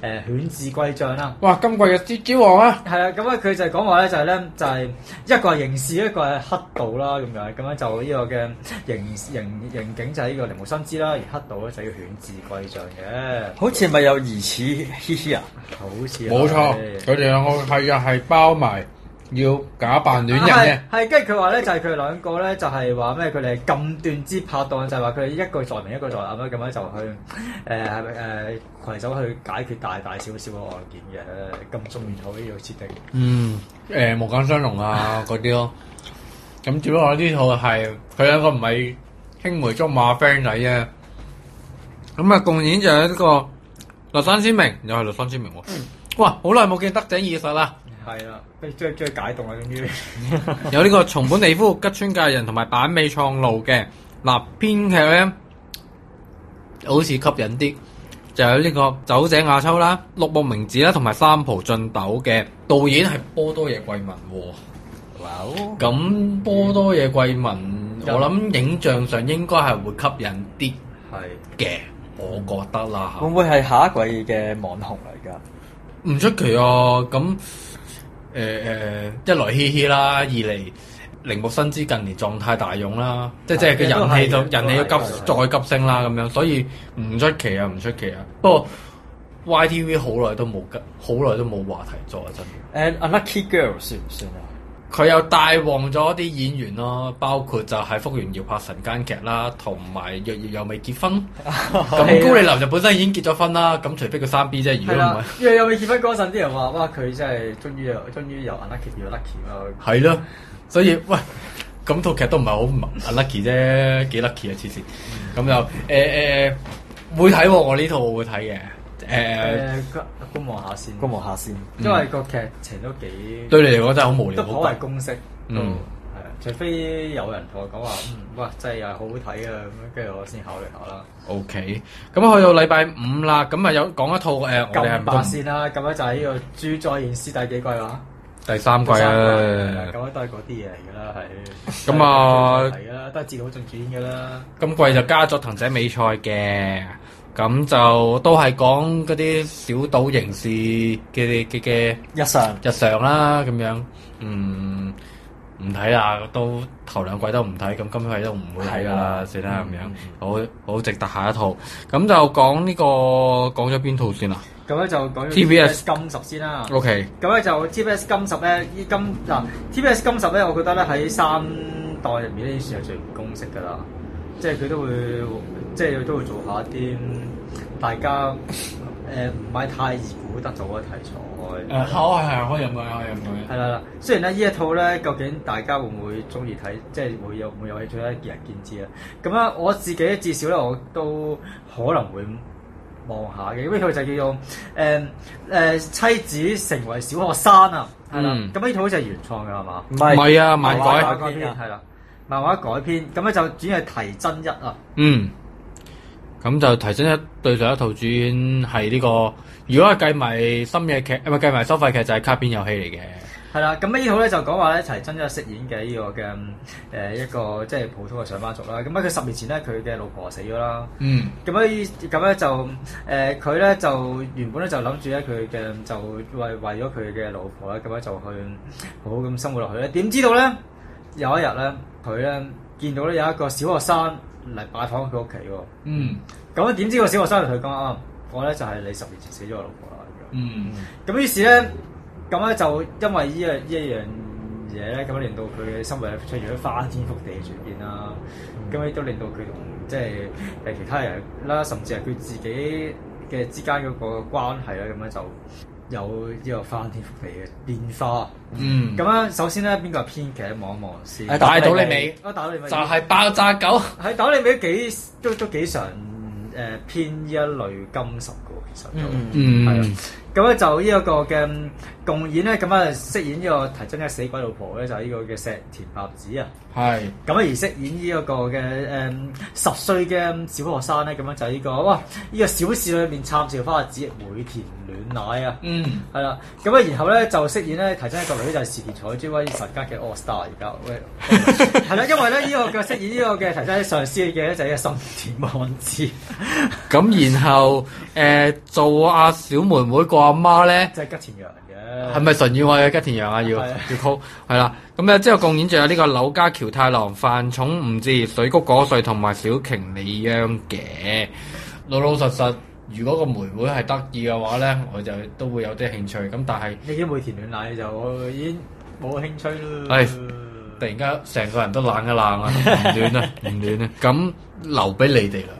Speaker 6: 呃犬飼龜章啦。
Speaker 5: 哇！今季嘅蜘蛛王啊，
Speaker 6: 係啊，咁啊佢就係講話咧，就係咧，就係一個係刑事，一個係黑道啦，咁樣咁樣就呢個嘅刑刑刑警就係呢個鈴木伸之啦，而黑道咧就要犬飼貴象嘅，
Speaker 2: 好似咪有疑似嘻嘻啊？
Speaker 6: 好似係
Speaker 5: 冇錯，佢哋兩個係又係包埋要假扮戀人嘅。
Speaker 6: 啊係係跟住佢話咧，就係佢哋兩個咧，就係話咩？佢哋係禁斷之拍檔，就係話佢哋一個在明，一個在暗啦，咁樣就去誒係咪誒攜手去解決大大小小嘅案件嘅，咁中意好呢個設定。
Speaker 5: 嗯，誒、無間雙龍啊嗰啲咯。咁只不過呢套係佢兩個唔係青梅竹馬啊 friend 仔啫。咁啊，共演就有呢個劉山千明，又係劉山千明喎。
Speaker 6: 嗯
Speaker 5: 哇！好耐冇見得井義實啦，
Speaker 6: 係啊，跟住將將佢解凍啊，終於。
Speaker 5: 有呢個松本利夫、吉川界人同埋板尾創路嘅嗱編劇咧，好似吸引啲，就有呢個酒井亞秋啦、六木明子啦同埋三浦俊斗嘅導演係波多野貴文喎、
Speaker 2: 哇哦！
Speaker 5: 咁波多野貴文，我諗影像上應該係會吸引啲
Speaker 6: 係。
Speaker 5: 嘅，我覺得啦
Speaker 2: 會
Speaker 5: 嚇
Speaker 2: 唔會係下一季嘅網紅嚟㗎？
Speaker 5: 唔出奇啊！咁誒誒，一來嘻嘻啦，二嚟鈴木伸之近年狀態大勇啦，即係即係
Speaker 6: 都
Speaker 5: 佢
Speaker 6: 係
Speaker 5: 人氣就
Speaker 6: 嘅
Speaker 5: 人氣
Speaker 6: 都
Speaker 5: 要
Speaker 6: 係
Speaker 5: 急再急升啦咁樣，所以唔出奇啊，唔出奇啊！不過 YTV 好耐都冇吉，好耐都冇話題做啊，真係。
Speaker 2: 誒 Unlucky Girl 算唔算啊？
Speaker 5: 佢又帶旺咗啲演員咯，包括就係福原遙拍神間劇啦，同埋若葉又未結婚。
Speaker 6: [laughs] 啊
Speaker 5: 咁高利林就本身已經結咗婚啦，咁除非佢生 B 啫，如果
Speaker 6: 係
Speaker 5: 唔
Speaker 6: 啦
Speaker 5: 係，
Speaker 6: 因為有未結婚嗰陣，啲人話：哇，佢真係終於又終於又 unlucky 又 lucky 啊啦。
Speaker 5: 係咯。所以喂，咁套劇都唔係好唔 lucky 啫，幾 lucky 啊黐線。咁就誒誒會睇喎，我呢套我會睇嘅。誒、嗯
Speaker 6: 誒，觀望下先，
Speaker 2: 觀望下先。
Speaker 6: 因為個劇情都幾
Speaker 5: 對你嚟講真係好無聊，
Speaker 6: 都
Speaker 5: 好
Speaker 6: 頗為
Speaker 5: 笨
Speaker 6: 公式，都係
Speaker 5: 嗯
Speaker 6: 啊。除非有人同我講話，嗯，哇，真係又係好好睇啊！咁樣跟住我先考慮下啦。
Speaker 5: O K，咁去到禮拜五啦，咁啊有講一套誒、我哋係
Speaker 6: 咁
Speaker 5: 唔
Speaker 6: 白先啦，咁樣就係呢個《駐在言師》第幾季話？
Speaker 5: 第三季啦
Speaker 6: 啊咁。樣都係嗰啲嘢嚟㗎啦，係。
Speaker 5: 咁啊
Speaker 6: 係啦，都係自導進轉㗎啦。
Speaker 5: 今季就加咗藤井美菜嘅，咁就都係講嗰啲小島刑事嘅嘅嘅
Speaker 2: 日常
Speaker 5: 日常啦，咁樣，嗯，唔睇啦，都頭兩季都唔睇，咁今季都唔會睇噶啦，算啦咁樣，好好值得下一套。咁就講呢、個講咗邊套先啦
Speaker 6: 咁咧就講咗
Speaker 5: TBS
Speaker 6: 金十先啦。
Speaker 5: ？OK，
Speaker 6: 咁咧就 TBS 金十咧，依金嗱 TBS 金十咧，我覺得咧喺三代入面咧算係最唔公式噶啦，即係佢都會即係都會做下啲大家誒唔係太易估得到嘅題材。
Speaker 5: 係係可以飲嘅，可以飲
Speaker 6: 係啦啦，雖然咧呢一套咧，究竟大家會唔會中意睇，即係會有會有興趣咧，見仁見智啦。咁啊，我自己至少咧，我都可能會望下嘅，因為佢就叫做誒誒、妻子成為小學生啊，係啦。
Speaker 5: 嗯
Speaker 6: 咁呢套好似係原創㗎係嘛？
Speaker 2: 唔
Speaker 5: 唔係啊，漫
Speaker 2: 漫
Speaker 5: 改
Speaker 2: 畫。
Speaker 6: 改編係啦，漫畫改編，咁咧就主要係提真一啊。
Speaker 5: 嗯，咁咁就提升一對上一套主演係呢、個，如果係計埋深夜劇，唔係計埋收費劇就係卡片遊戲嚟嘅。
Speaker 6: 係啦，咁呢套咧就講話咧齊真一飾演嘅呢、個嘅誒、一個即係普通嘅上班族啦。咁啊，佢十年前咧佢嘅老婆死咗啦。
Speaker 5: 嗯，
Speaker 6: 咁咧咁咧就誒佢咧就原本咧就諗住咧佢嘅就為為咗佢嘅老婆咧咁樣就去好好咁生活落去咧。點知道咧有一日咧佢咧見到咧有一個小學生嚟拜訪佢屋企喎。
Speaker 5: 嗯，
Speaker 6: 咁啊點知個小學生就同佢講啊，我咧就係、你十年前死咗嘅老婆啦。咁樣
Speaker 5: 嗯，
Speaker 6: 咁於是咧，咁咧就因為呢樣呢一樣嘢咧，咁令到佢嘅生活出現咗翻天覆地嘅轉變啦。
Speaker 5: 嗯
Speaker 6: 咁亦都令到佢同即係誒其他人啦，甚至係佢自己嘅之間嗰個關係咧，咁樣就有呢個翻天覆地嘅變化。
Speaker 5: 嗯，
Speaker 6: 咁咧，首先咧，邊個係編劇望一望先。
Speaker 5: 誒大到你未？
Speaker 6: 我打到你咪
Speaker 5: 就係爆炸狗。
Speaker 6: 係打你咪都幾都都幾常誒編呢一類金屬嘅喎，其實都。
Speaker 2: 嗯
Speaker 6: 係啊
Speaker 5: 嗯，
Speaker 6: 咁咧就呢一個嘅共演咧，咁啊飾演啊呢個提真嘅死鬼老婆咧，就係呢個嘅石田白子啊。
Speaker 5: 係，
Speaker 6: 咁啊而飾演呢一個嘅誒、嗯十歲嘅小學生咧，咁樣就係呢、個哇呢、個小事裏面參照花子每田暖乃啊。
Speaker 5: 嗯，
Speaker 6: 係啦，咁啊，然後咧就飾演咧提真一個女就係時田彩珠威神家嘅 All Star 而家，喂
Speaker 5: [laughs]
Speaker 6: 係啦，因為咧呢、個嘅飾演呢個嘅提真上司嘅咧就係呢個心田望之，
Speaker 5: 咁然後誒做阿小妹妹個阿媽咧。
Speaker 6: 即係吉田洋嘅。
Speaker 5: 係咪純要愛嘅吉田洋啊？要
Speaker 6: 係
Speaker 5: 要 call 係啦。咁咧之後共演仲有呢個柳家喬太郎、范寵唔治、水谷果穗同埋小瓊里央嘅。老老實實，如果個妹妹係得意嘅話咧，我就都會有啲興趣。咁但係
Speaker 6: 你已經每田暖奶就哦已經冇興趣咯。
Speaker 5: 係突然間成個人都冷一冷啊，唔暖啊，唔暖啊。咁留俾你哋啦。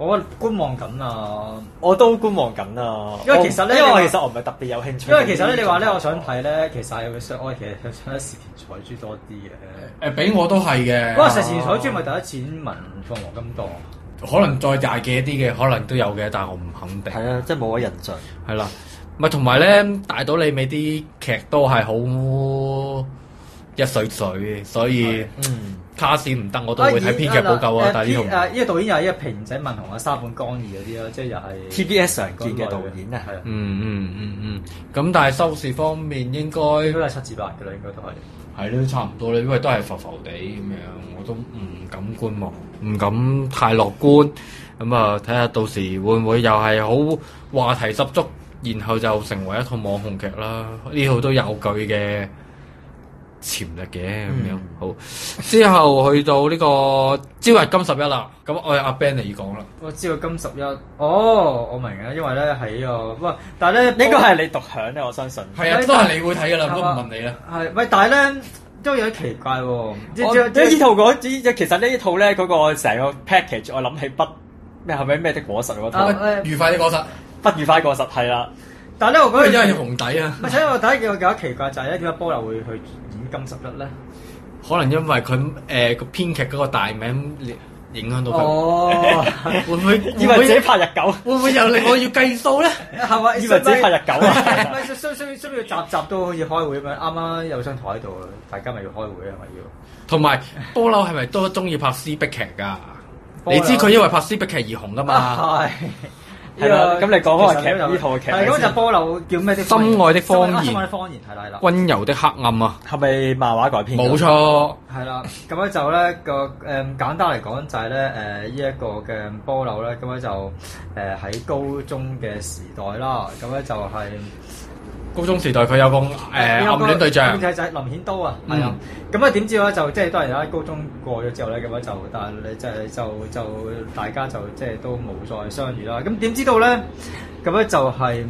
Speaker 6: 我觀望緊啊，
Speaker 2: 我都觀望緊啊，
Speaker 6: 因為其實
Speaker 2: 我
Speaker 6: 咧
Speaker 2: 因
Speaker 6: 你話
Speaker 2: 為其實我唔係特別有興趣。
Speaker 6: 因為其實咧，你話咧，我想睇咧，其實係想哦我其實想睇時田彩珠多啲嘅。
Speaker 5: 誒，俾我都係嘅。
Speaker 6: 不過時田彩珠咪第一次文放黃金檔，
Speaker 5: 可能再大嘅一啲嘅，可能都有嘅，但係我唔肯定。
Speaker 2: 啊，即係冇乜印象。
Speaker 5: 係啦，咪同埋咧，大島里美啲劇都係好一水水，所以
Speaker 2: 嗯，
Speaker 5: 卡士唔得我都會睇編劇補救啊
Speaker 6: 誒。
Speaker 5: 但係
Speaker 6: 編
Speaker 5: 呢
Speaker 6: 誒呢個導演又係呢個平井文雄啊、三本光二嗰啲啦，即係又係
Speaker 2: TBS 常見嘅導演啊
Speaker 6: 係啊，
Speaker 5: 嗯嗯嗯嗯，咁、但係收視方面應該
Speaker 6: 都係七至八嘅啦，應該都係。
Speaker 5: 係都差唔多啦，因為都係浮浮地咁樣，我都唔敢觀望，唔敢太樂觀。咁啊，睇下到時會唔會又係好話題十足，然後就成為一套網紅劇啦。呢套都有佢嘅潛力嘅咁樣。好，之後去到呢個朝日金十一啦，咁我有阿 Ben 嚟講啦。
Speaker 6: 我知道金十一，哦，我明啊，因為咧喺呢個，不過但係咧
Speaker 2: 呢個係你獨享咧，我相信。
Speaker 5: 係啊，都係你會睇噶啦，都唔
Speaker 6: 係嘛
Speaker 5: 問你啦。
Speaker 6: 係，喂，但係咧都有啲奇怪喎，即
Speaker 2: 我
Speaker 6: 即
Speaker 2: 呢
Speaker 6: 即
Speaker 2: 套嗰其實呢套咧嗰個成個 package，我諗起不咩係咪咩的果實嗰套？
Speaker 6: 啊誒
Speaker 5: 愉快啲講實，
Speaker 2: 不愉快果實係啦，
Speaker 6: 但係咧我
Speaker 5: 因為
Speaker 6: 覺
Speaker 5: 因
Speaker 6: 得
Speaker 5: 為紅底啊，
Speaker 6: 咪睇我第一個有一奇怪就係咧，點解波流會去演金十一咧？
Speaker 5: 可能因為佢誒個編劇嗰個大名影響到佢。
Speaker 6: 哦，
Speaker 5: 會唔 [laughs] 會
Speaker 2: 以為自己拍日狗，
Speaker 5: 會唔會又令我要計數咧？
Speaker 6: 係咪？
Speaker 2: 以為自己拍日狗啊！
Speaker 6: 咪需需需需要集集都好似開會咁樣，啱啱有張台喺度，大家咪要開會啊係咪要？
Speaker 5: 同埋波樓係咪都中意拍撕逼劇噶？
Speaker 6: 波
Speaker 5: 你
Speaker 6: 樓
Speaker 5: 知佢因為拍撕逼劇而紅噶嘛？
Speaker 6: 係
Speaker 2: 啊係啦咁你講開個劇
Speaker 6: 其實
Speaker 2: 呢套嘅劇
Speaker 6: 係咁就波流叫咩？
Speaker 5: 心愛的謊言
Speaker 6: 心愛的謊言係啦係啦。
Speaker 5: 温柔的黑暗啊，
Speaker 2: [laughs] 係咪漫畫改編？
Speaker 5: 冇。錯，
Speaker 6: 係啦，咁咧就咧個誒、簡單嚟講就係咧誒呢一個嘅波樓咧，咁咧就誒喺、高中嘅時代啦，咁咧就係、
Speaker 5: 高中時代佢有個誒、
Speaker 6: 有
Speaker 5: 呃暗
Speaker 6: 個
Speaker 5: 戀對象，
Speaker 6: 就係林顯都啊，係啊
Speaker 5: 嗯，
Speaker 6: 咁啊點知咧就即係當然啦，高中過咗之後咧，咁咧就但係你就就就大家就即係都冇再相遇啦。咁點知道咧，咁咧就係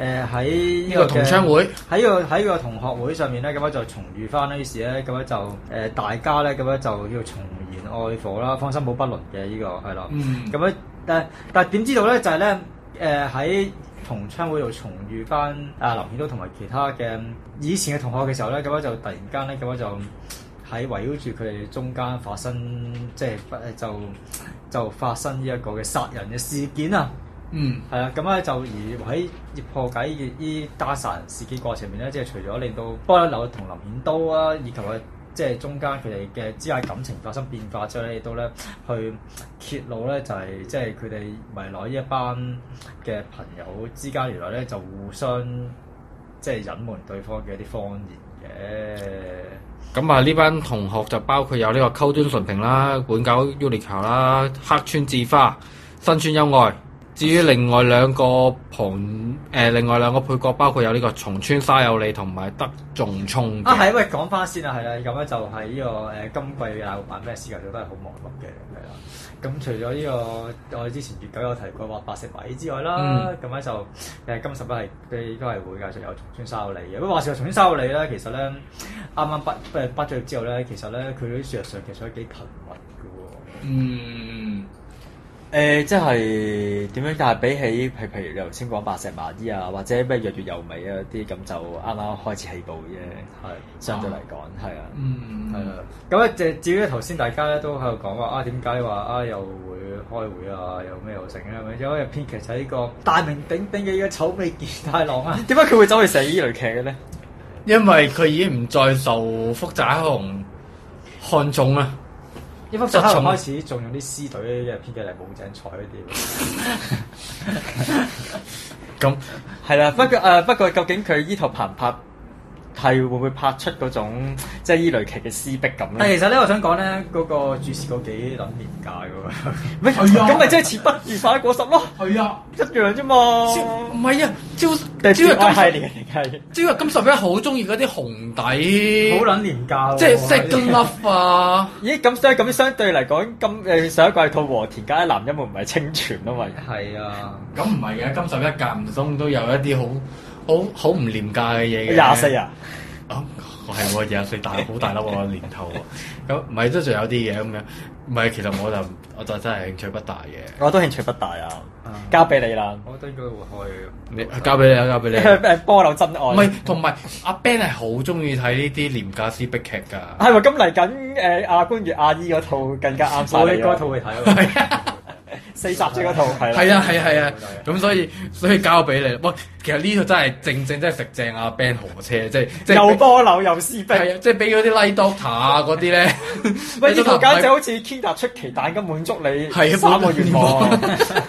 Speaker 6: 誒喺
Speaker 5: 呢個同
Speaker 6: 嘅
Speaker 5: 窗會
Speaker 6: 喺個喺個同學會上面咧，咁樣就重遇翻呢於是咧，咁樣就誒、呃大家咧，咁樣就要重燃愛火啦，芳心冇不倫嘅呢、個係啦。
Speaker 5: 嗯
Speaker 6: 咁樣但但點知道咧，就係咧誒喺同窗會度重遇翻啊林顯都同埋其他嘅以前嘅同學嘅時候咧，咁樣就突然間咧，咁樣就喺圍繞住佢哋中間發生，即係誒就就發生呢一個嘅殺人嘅事件啊！
Speaker 5: 嗯，
Speaker 6: 係啦，咁咧啊就而喺破解呢呢單殺人事件過程入面咧，即係除咗令到波蘭流同林顯刀啊，以及啊即係中間佢哋嘅之間感情發生變化之後咧，亦都咧去揭露咧就係、即係佢哋未來呢一班嘅朋友之間原來咧就互相即係隱瞞對方嘅一啲謊言嘅。
Speaker 5: 咁啊，呢班同學就包括有呢個溝端純平啦、本搞 Unica 啦、黑川智花、新川優愛。至於另外兩個旁誒、呃另外兩個配角包括有呢個松村沙友利同埋德重聰嘅
Speaker 6: 啊，係，喂，講翻先啊，係啦，咁咧就係呢、個誒、今季嘅亞運版咩斯球都係好忙碌嘅，係啦。咁除咗呢、個我哋之前月九有提過話白石米之外啦，咁咧、就誒今十一係佢都係會繼續有重村沙利嘅。不過話時話重村沙利咧，其實咧啱啱畢誒畢咗業之後咧，其實咧佢啲事實上其實都幾頻密
Speaker 5: 嗯，
Speaker 2: 誒，即係點樣？但係比起譬譬如你頭先講白石麻衣啊，或者咩若月由美啊啲咁，就啱啱開始起步啫。
Speaker 6: 嘅喎，係。
Speaker 2: 相對嚟講係啊，
Speaker 5: 嗯
Speaker 6: 係啦，咁咧就至於頭先大家咧都喺度講話啊，點解話啊又會開會啊，又咩又成咧？咁樣因為編劇就係呢個大名鼎鼎嘅呢個草尾健太郎啊。
Speaker 2: 點解佢會走去寫依類劇嘅咧？
Speaker 5: 因為佢已經唔再受福澤雄看中啦。
Speaker 6: 一幅
Speaker 5: 就
Speaker 6: 就
Speaker 5: 從
Speaker 6: 開始仲用啲詩隊嘅編劇嚟冇井彩嗰
Speaker 5: 咁
Speaker 2: 係啦，不過誒，不過究竟佢依套拍唔拍，係會唔會拍出嗰種即係依類劇嘅撕逼咁
Speaker 6: 啲。但
Speaker 2: 咧？
Speaker 6: 其實咧，我想講咧，嗰、個主視嗰幾撚廉價嘅喎。 [laughs] 哎
Speaker 2: 喂，
Speaker 5: 係啊
Speaker 2: 咁咪即係似不如快果實咯，
Speaker 5: 係啊，
Speaker 2: 一樣啫嘛。
Speaker 5: 唔係啊，朝
Speaker 2: 但係
Speaker 5: 朝日
Speaker 2: 主愛系
Speaker 5: 金
Speaker 2: 列嘅定係
Speaker 5: 朝日金十一好中意嗰啲紅底，
Speaker 6: 好撚廉價喎，
Speaker 5: 即係
Speaker 6: 係
Speaker 5: second love 啊。
Speaker 2: 咦，咁所以咁相對嚟講，今誒上一季套和田家男一門唔係清泉啊嘛，
Speaker 6: 係啊，
Speaker 5: 咁唔係嘅，金十一間唔中都有一啲好好好唔廉價嘅嘢嘅。
Speaker 2: 廿四！啊，
Speaker 5: 啊，係喎，廿 [laughs] 四大好大粒喎，年頭喎。咁唔係都仲有啲嘢咁樣，唔係其實我就我就真係興趣不大嘅。
Speaker 2: 我都興趣不大啊
Speaker 6: 啊，
Speaker 2: 交俾你啦。
Speaker 6: 我覺得應該會
Speaker 5: [laughs] 你
Speaker 6: 開嘅。
Speaker 5: 交俾你啊，交俾你啊。
Speaker 2: 誒幫我留真愛。
Speaker 5: 唔係，同埋阿 Ben 係好中意睇呢啲廉價撕逼劇㗎。
Speaker 2: 係喎，咁嚟緊誒阿官與阿姨嗰套更加啱晒
Speaker 6: 我
Speaker 2: 你
Speaker 6: 應該
Speaker 2: 啦，
Speaker 6: 套會睇啊喎。
Speaker 2: 四集啫嗰套係啦。
Speaker 5: 係啊，係啊，係啊，咁所以所以交俾你。喂，其實呢度真係正正真係食正阿 Ben 河車，即係即係
Speaker 2: 又波樓又撕逼，
Speaker 5: 係啊，即係俾嗰啲 Light Doctor 啊嗰啲咧，
Speaker 2: [laughs] 喂！呢套簡直
Speaker 5: 係
Speaker 2: 好似 Kinder 出奇蛋咁滿足你
Speaker 5: 係啊
Speaker 2: 三個願望，
Speaker 5: 哎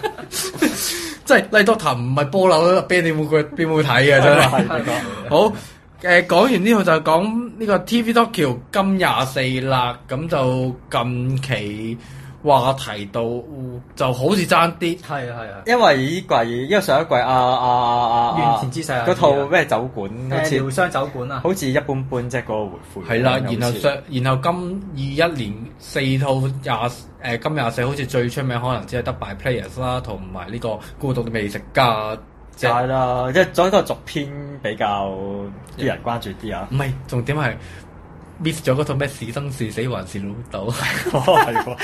Speaker 5: 即係 Light Doctor 唔係波樓啦，Ben 你會佢邊會睇嘅真係。
Speaker 2: 係啊
Speaker 5: 好誒，講完呢套就講呢個 TV Tokyo 金廿四啦，咁就近期話題度就好似爭啲。
Speaker 6: 係啊係啊，
Speaker 2: 因為依季，因為上一季啊啊啊啊
Speaker 6: 原田之世啊
Speaker 2: 嗰套咩酒館好
Speaker 6: 誒療
Speaker 2: 似
Speaker 6: 傷酒館啊。
Speaker 2: 好似一般般啫，嗰個回覆
Speaker 5: 係啦，
Speaker 2: 好似
Speaker 5: 然後上，然後今二一年四套廿誒、今廿四好似最出名，可能只係得 By Players 啦，同埋呢個孤獨的美食家啫。
Speaker 2: 係啦，即係所以都係續篇比較啲人關注啲
Speaker 6: [laughs]
Speaker 2: 啊。
Speaker 5: 唔係重點係 miss 咗嗰套咩是生是死還是老豆。
Speaker 2: 哦，係喎，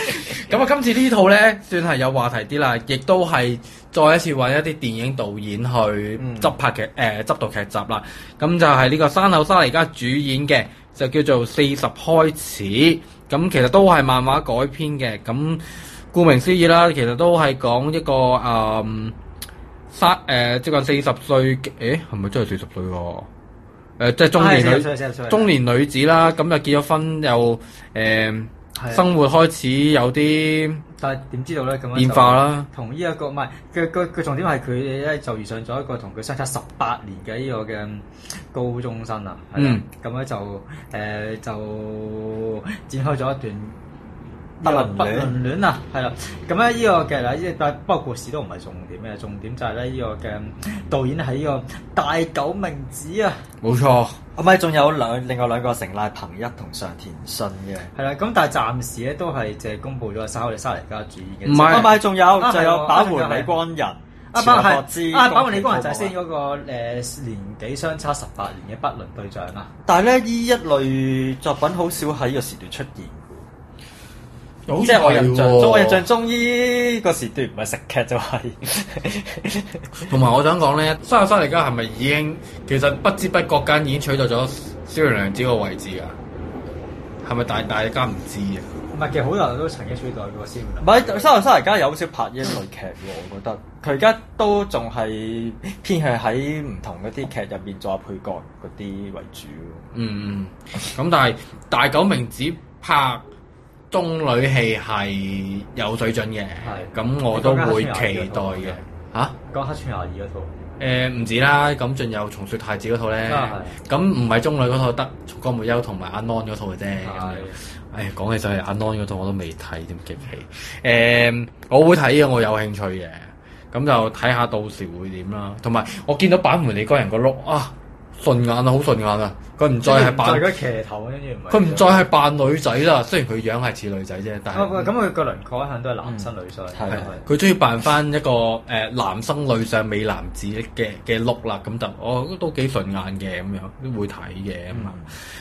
Speaker 5: 咁啊，今次呢套咧算係有話題啲啦，亦都係再一次揾一啲電影導演去
Speaker 2: 嗯
Speaker 5: 執拍劇誒、呃、執導劇集啦。咁就係呢個山口沙嚟家主演嘅，就叫做《四十開始》。咁其實都係漫畫改編嘅。咁顧名思義啦，其實都係講一個嗯呃誒三誒接近四十歲嘅，誒係咪真係四十歲喎？誒、即係中年
Speaker 6: 啊
Speaker 5: 女
Speaker 6: 四十歲四十歲
Speaker 5: 中年女子啦，咁就結咗婚又誒。
Speaker 6: 係啊
Speaker 5: 生活開始有啲
Speaker 6: 但係點知道咧咁樣
Speaker 5: 變化啦。
Speaker 6: 同呢一個唔係佢佢佢重點係佢咧就遇上咗一個同佢相差十八年嘅呢個嘅嗯高中生啊，係啦
Speaker 5: 嗯，
Speaker 6: 咁咧就誒、呃就展開咗一段。
Speaker 2: 不倫戀
Speaker 6: 不倫戀啊，係啦，咁咧呢個嘅嗱，呢但不過故事都唔係重點嘅，重點就係咧呢個嘅嗯導演係呢個大久明子啊，
Speaker 5: 冇錯，
Speaker 2: 唔係仲有兩另外兩個成賴彭一同上田信嘅。
Speaker 6: 係啦，咁但係暫時咧都係淨係公布咗沙我哋沙尼加主演嘅，
Speaker 5: 唔係
Speaker 2: 啊，咪仲有
Speaker 6: 啊
Speaker 2: 仲
Speaker 6: 係喎
Speaker 2: 有把
Speaker 6: 啊係
Speaker 2: 援李光仁，
Speaker 6: 啊，
Speaker 2: 錢
Speaker 6: 包
Speaker 2: 學博之
Speaker 6: 係啊，包括李光仁就係
Speaker 2: 宮崎
Speaker 6: 先
Speaker 2: 駿
Speaker 6: 嗰個誒年紀相差十八年嘅不倫啊對象啦。
Speaker 2: 但係咧，呢一類作品好少喺呢個時段出現嘅
Speaker 5: 好
Speaker 2: 喎，即係我印象中，我印象中呢個時段唔係食劇就係
Speaker 5: 同埋我想講咧，沙亞沙利加係咪已經其實不知不覺間已經取代咗小良良子個位置㗎？啊係咪大大家唔知啊？
Speaker 6: 唔係，其實好多人都曾經出代過先
Speaker 2: 唔係，沙羅沙而家有少拍英類劇喎，我覺得佢而家都仲係偏向喺唔同嗰啲劇入面做下配角嗰啲為主喎。
Speaker 5: 嗯，嗯，咁但係大久明子拍中女戲係有水準嘅，
Speaker 6: 係
Speaker 5: 咁我都會期待嘅嚇。
Speaker 6: 講黑川牙二嗰套，
Speaker 5: 誒唔止啦，咁仲有重雪太子嗰套咧
Speaker 6: 啊，
Speaker 5: 咁唔係中女嗰套得江梅優同埋阿 Non 嗰套嘅啫。
Speaker 6: 係
Speaker 5: 誒講起就係阿 Non 嗰套我都未睇，點激氣？誒、我會睇嘅，我有興趣嘅，咁就睇下到時會點啦。同埋我見到板門理嗰人個碌啊，順眼啊，好順眼啊，佢唔再係
Speaker 6: [laughs]
Speaker 5: 扮
Speaker 6: 佢騎頭，啊跟住唔係
Speaker 5: 佢唔再係扮女仔啦，雖然佢樣係似女仔啫，但
Speaker 6: 啊喂
Speaker 5: 係
Speaker 6: 咁佢個輪廓一向都係男生女相，
Speaker 2: 係
Speaker 6: 嗯係
Speaker 5: 佢中意扮翻一個誒、呃男生女上美男子嘅嘅 look 啦，咁就我、哦、都幾順眼嘅咁樣，都會睇嘅咁啊。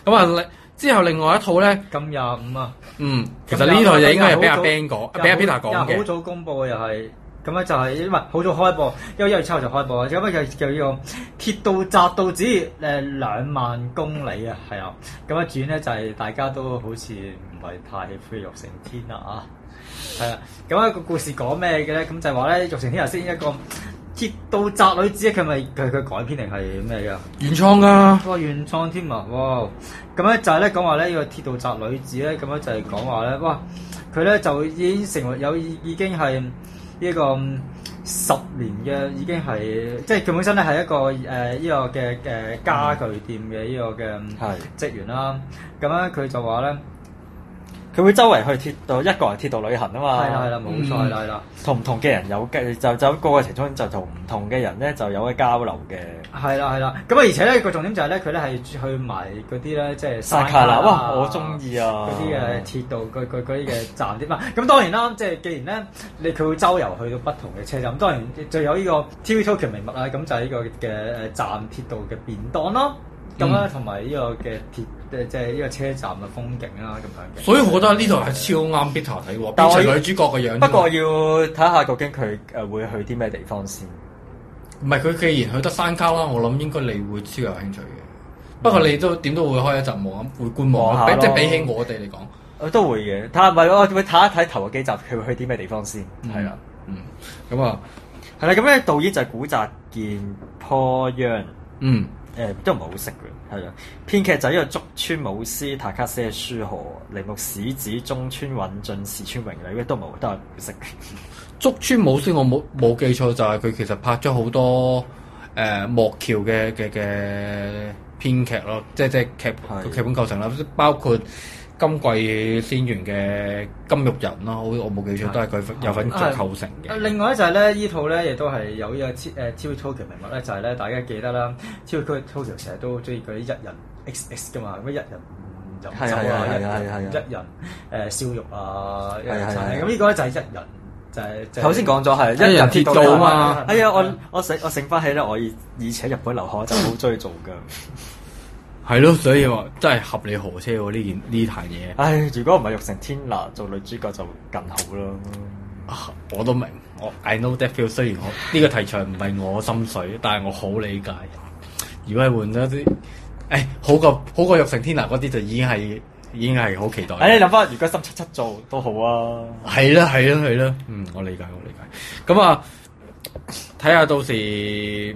Speaker 5: 咁啊、另之後另外一套咧，
Speaker 6: 咁廿五啊，
Speaker 5: 嗯，其實呢套就應該係俾阿
Speaker 6: 咁
Speaker 5: Ben
Speaker 6: 廿
Speaker 5: 講
Speaker 6: 五，
Speaker 5: 俾阿 Peter
Speaker 6: 廿
Speaker 5: 講
Speaker 6: 五好
Speaker 5: 嘅。
Speaker 6: 早公佈嘅啊又係。咁咧就係因為好早啊開播，因為一月七號就開播，因為就叫呢個鐵道宅到只誒兩萬公里啊，係啊，咁啊轉咧就係大家都好似唔係太喜歡玉成天啦啊，係啦，咁啊個故事講咩嘅咧？咁就係話咧玉成天頭先一個鐵道宅女子，佢咪佢佢改編定係咩㗎？
Speaker 5: 原創㗎，
Speaker 6: 哇！原創添啊，哇！咁咧就係咧講話咧，呢個鐵道宅女子咧，咁樣就係講話咧，哇！佢咧就已經成為有已已經係呢個嗯十年嘅，已經係即係佢本身咧係一個呃誒呢、個嘅誒、家具店嘅呢、個嘅嗯
Speaker 2: 係
Speaker 6: 職員啦。咁咧佢就話咧，
Speaker 2: 佢會周圍去鐵道，一個人鐵道旅行啊嘛。
Speaker 6: 係啦係啦，冇錯係啦。
Speaker 2: 同唔同嘅人有嘅就就個過程中就同唔同嘅人咧就有嘅交流嘅。
Speaker 6: 係啦係啦，咁啊而且咧個重點就係咧佢咧係去埋嗰啲咧即係
Speaker 2: 薩卡
Speaker 6: 卡
Speaker 2: 啦，
Speaker 6: 啦
Speaker 2: 哇！我中意啊！
Speaker 6: 嗰啲嘅鐵道嗰嗰嗰啲嘅站點啊，咁當然啦，即係既然咧，你佢會周遊去到不同嘅車站，當然就有呢個 TV Tokyo 名物啦，咁就係呢個嘅誒站鐵道嘅便當咯，咁啦，同埋呢個嘅鐵誒即係呢個車站嘅風景啦，咁樣嘅。
Speaker 5: 所以我覺得呢套係超啱 Peter 睇喎，
Speaker 2: 但
Speaker 5: 變
Speaker 2: 我
Speaker 5: 成女主角嘅
Speaker 2: [laughs]
Speaker 5: 樣。
Speaker 2: 不過要睇下究竟佢誒會去啲咩地方先。
Speaker 5: 唔係佢既然去得山卡啦，我諗應該你會超有興趣嘅。不過你都點都會開一集望，會觀嗯望
Speaker 2: 望
Speaker 5: 啊，
Speaker 2: 下
Speaker 5: 比即係
Speaker 2: 咯
Speaker 5: 比起我哋嚟講。
Speaker 2: 我呃都會嘅，睇下唔係我會睇一睇頭嗰幾集佢會去啲咩地方先。係啦、
Speaker 5: 嗯，咁啊，
Speaker 2: 係啦，咁咧導演就係古澤健 Paul Young，
Speaker 5: 嗯，
Speaker 2: 誒都唔係好識嘅，係啦。編劇就係呢個竹村武司、塔卡西舒河、鈴木史子、中村允進、市川榮禮，都唔係好都係唔識
Speaker 5: [laughs]
Speaker 2: 嘅。
Speaker 5: 竹村武先我冇冇記錯就係佢其實拍咗好多誒、呃幕橋嘅嘅嘅編劇咯，即係即係劇
Speaker 2: 係
Speaker 5: 劇本構成啦，包括今季先源嘅金玉人啦，好我冇記錯都係佢有份做
Speaker 6: 係啊
Speaker 5: 構成嘅。
Speaker 6: 呃另外咧就係咧，依套咧亦都係有呢個 T 誒 TV Tokyo 名物咧，就係咧大家記得
Speaker 2: 啊
Speaker 6: 啦，TV Tokyo 成日都中意嗰啲一人 XX 噶嘛，咁一人飲酒
Speaker 2: 係啊
Speaker 6: 啊，
Speaker 2: 係啊
Speaker 6: 一
Speaker 2: 係啊係啊
Speaker 6: 人一人誒燒肉啊，一人
Speaker 2: 係啊係啊
Speaker 6: 餐
Speaker 2: 係啊
Speaker 6: 咁呢個咧就係一人就係就係
Speaker 2: 頭先講咗係
Speaker 5: 一人鐵道啊嘛
Speaker 2: 係啊，我我醒我醒翻起咧，我以以前喺日本留學就好中意做㗎。
Speaker 5: 係咯，所以話真係合理何車喎呢件呢壇嘢。
Speaker 2: 唉，如果唔係玉成天拿做女主角就更好啦。
Speaker 5: 啊我都明，我 I know that feel。雖然我呢、個題材唔係我心水，但係我好理解。如果係換咗啲，誒、好過好過玉成天拿嗰啲就已經係已經係啊好期待。
Speaker 2: 唉，哎你諗翻，如果心七七做都好啊。
Speaker 5: 係啦係啦係啦，嗯，我理解我理解。咁啊，睇下到時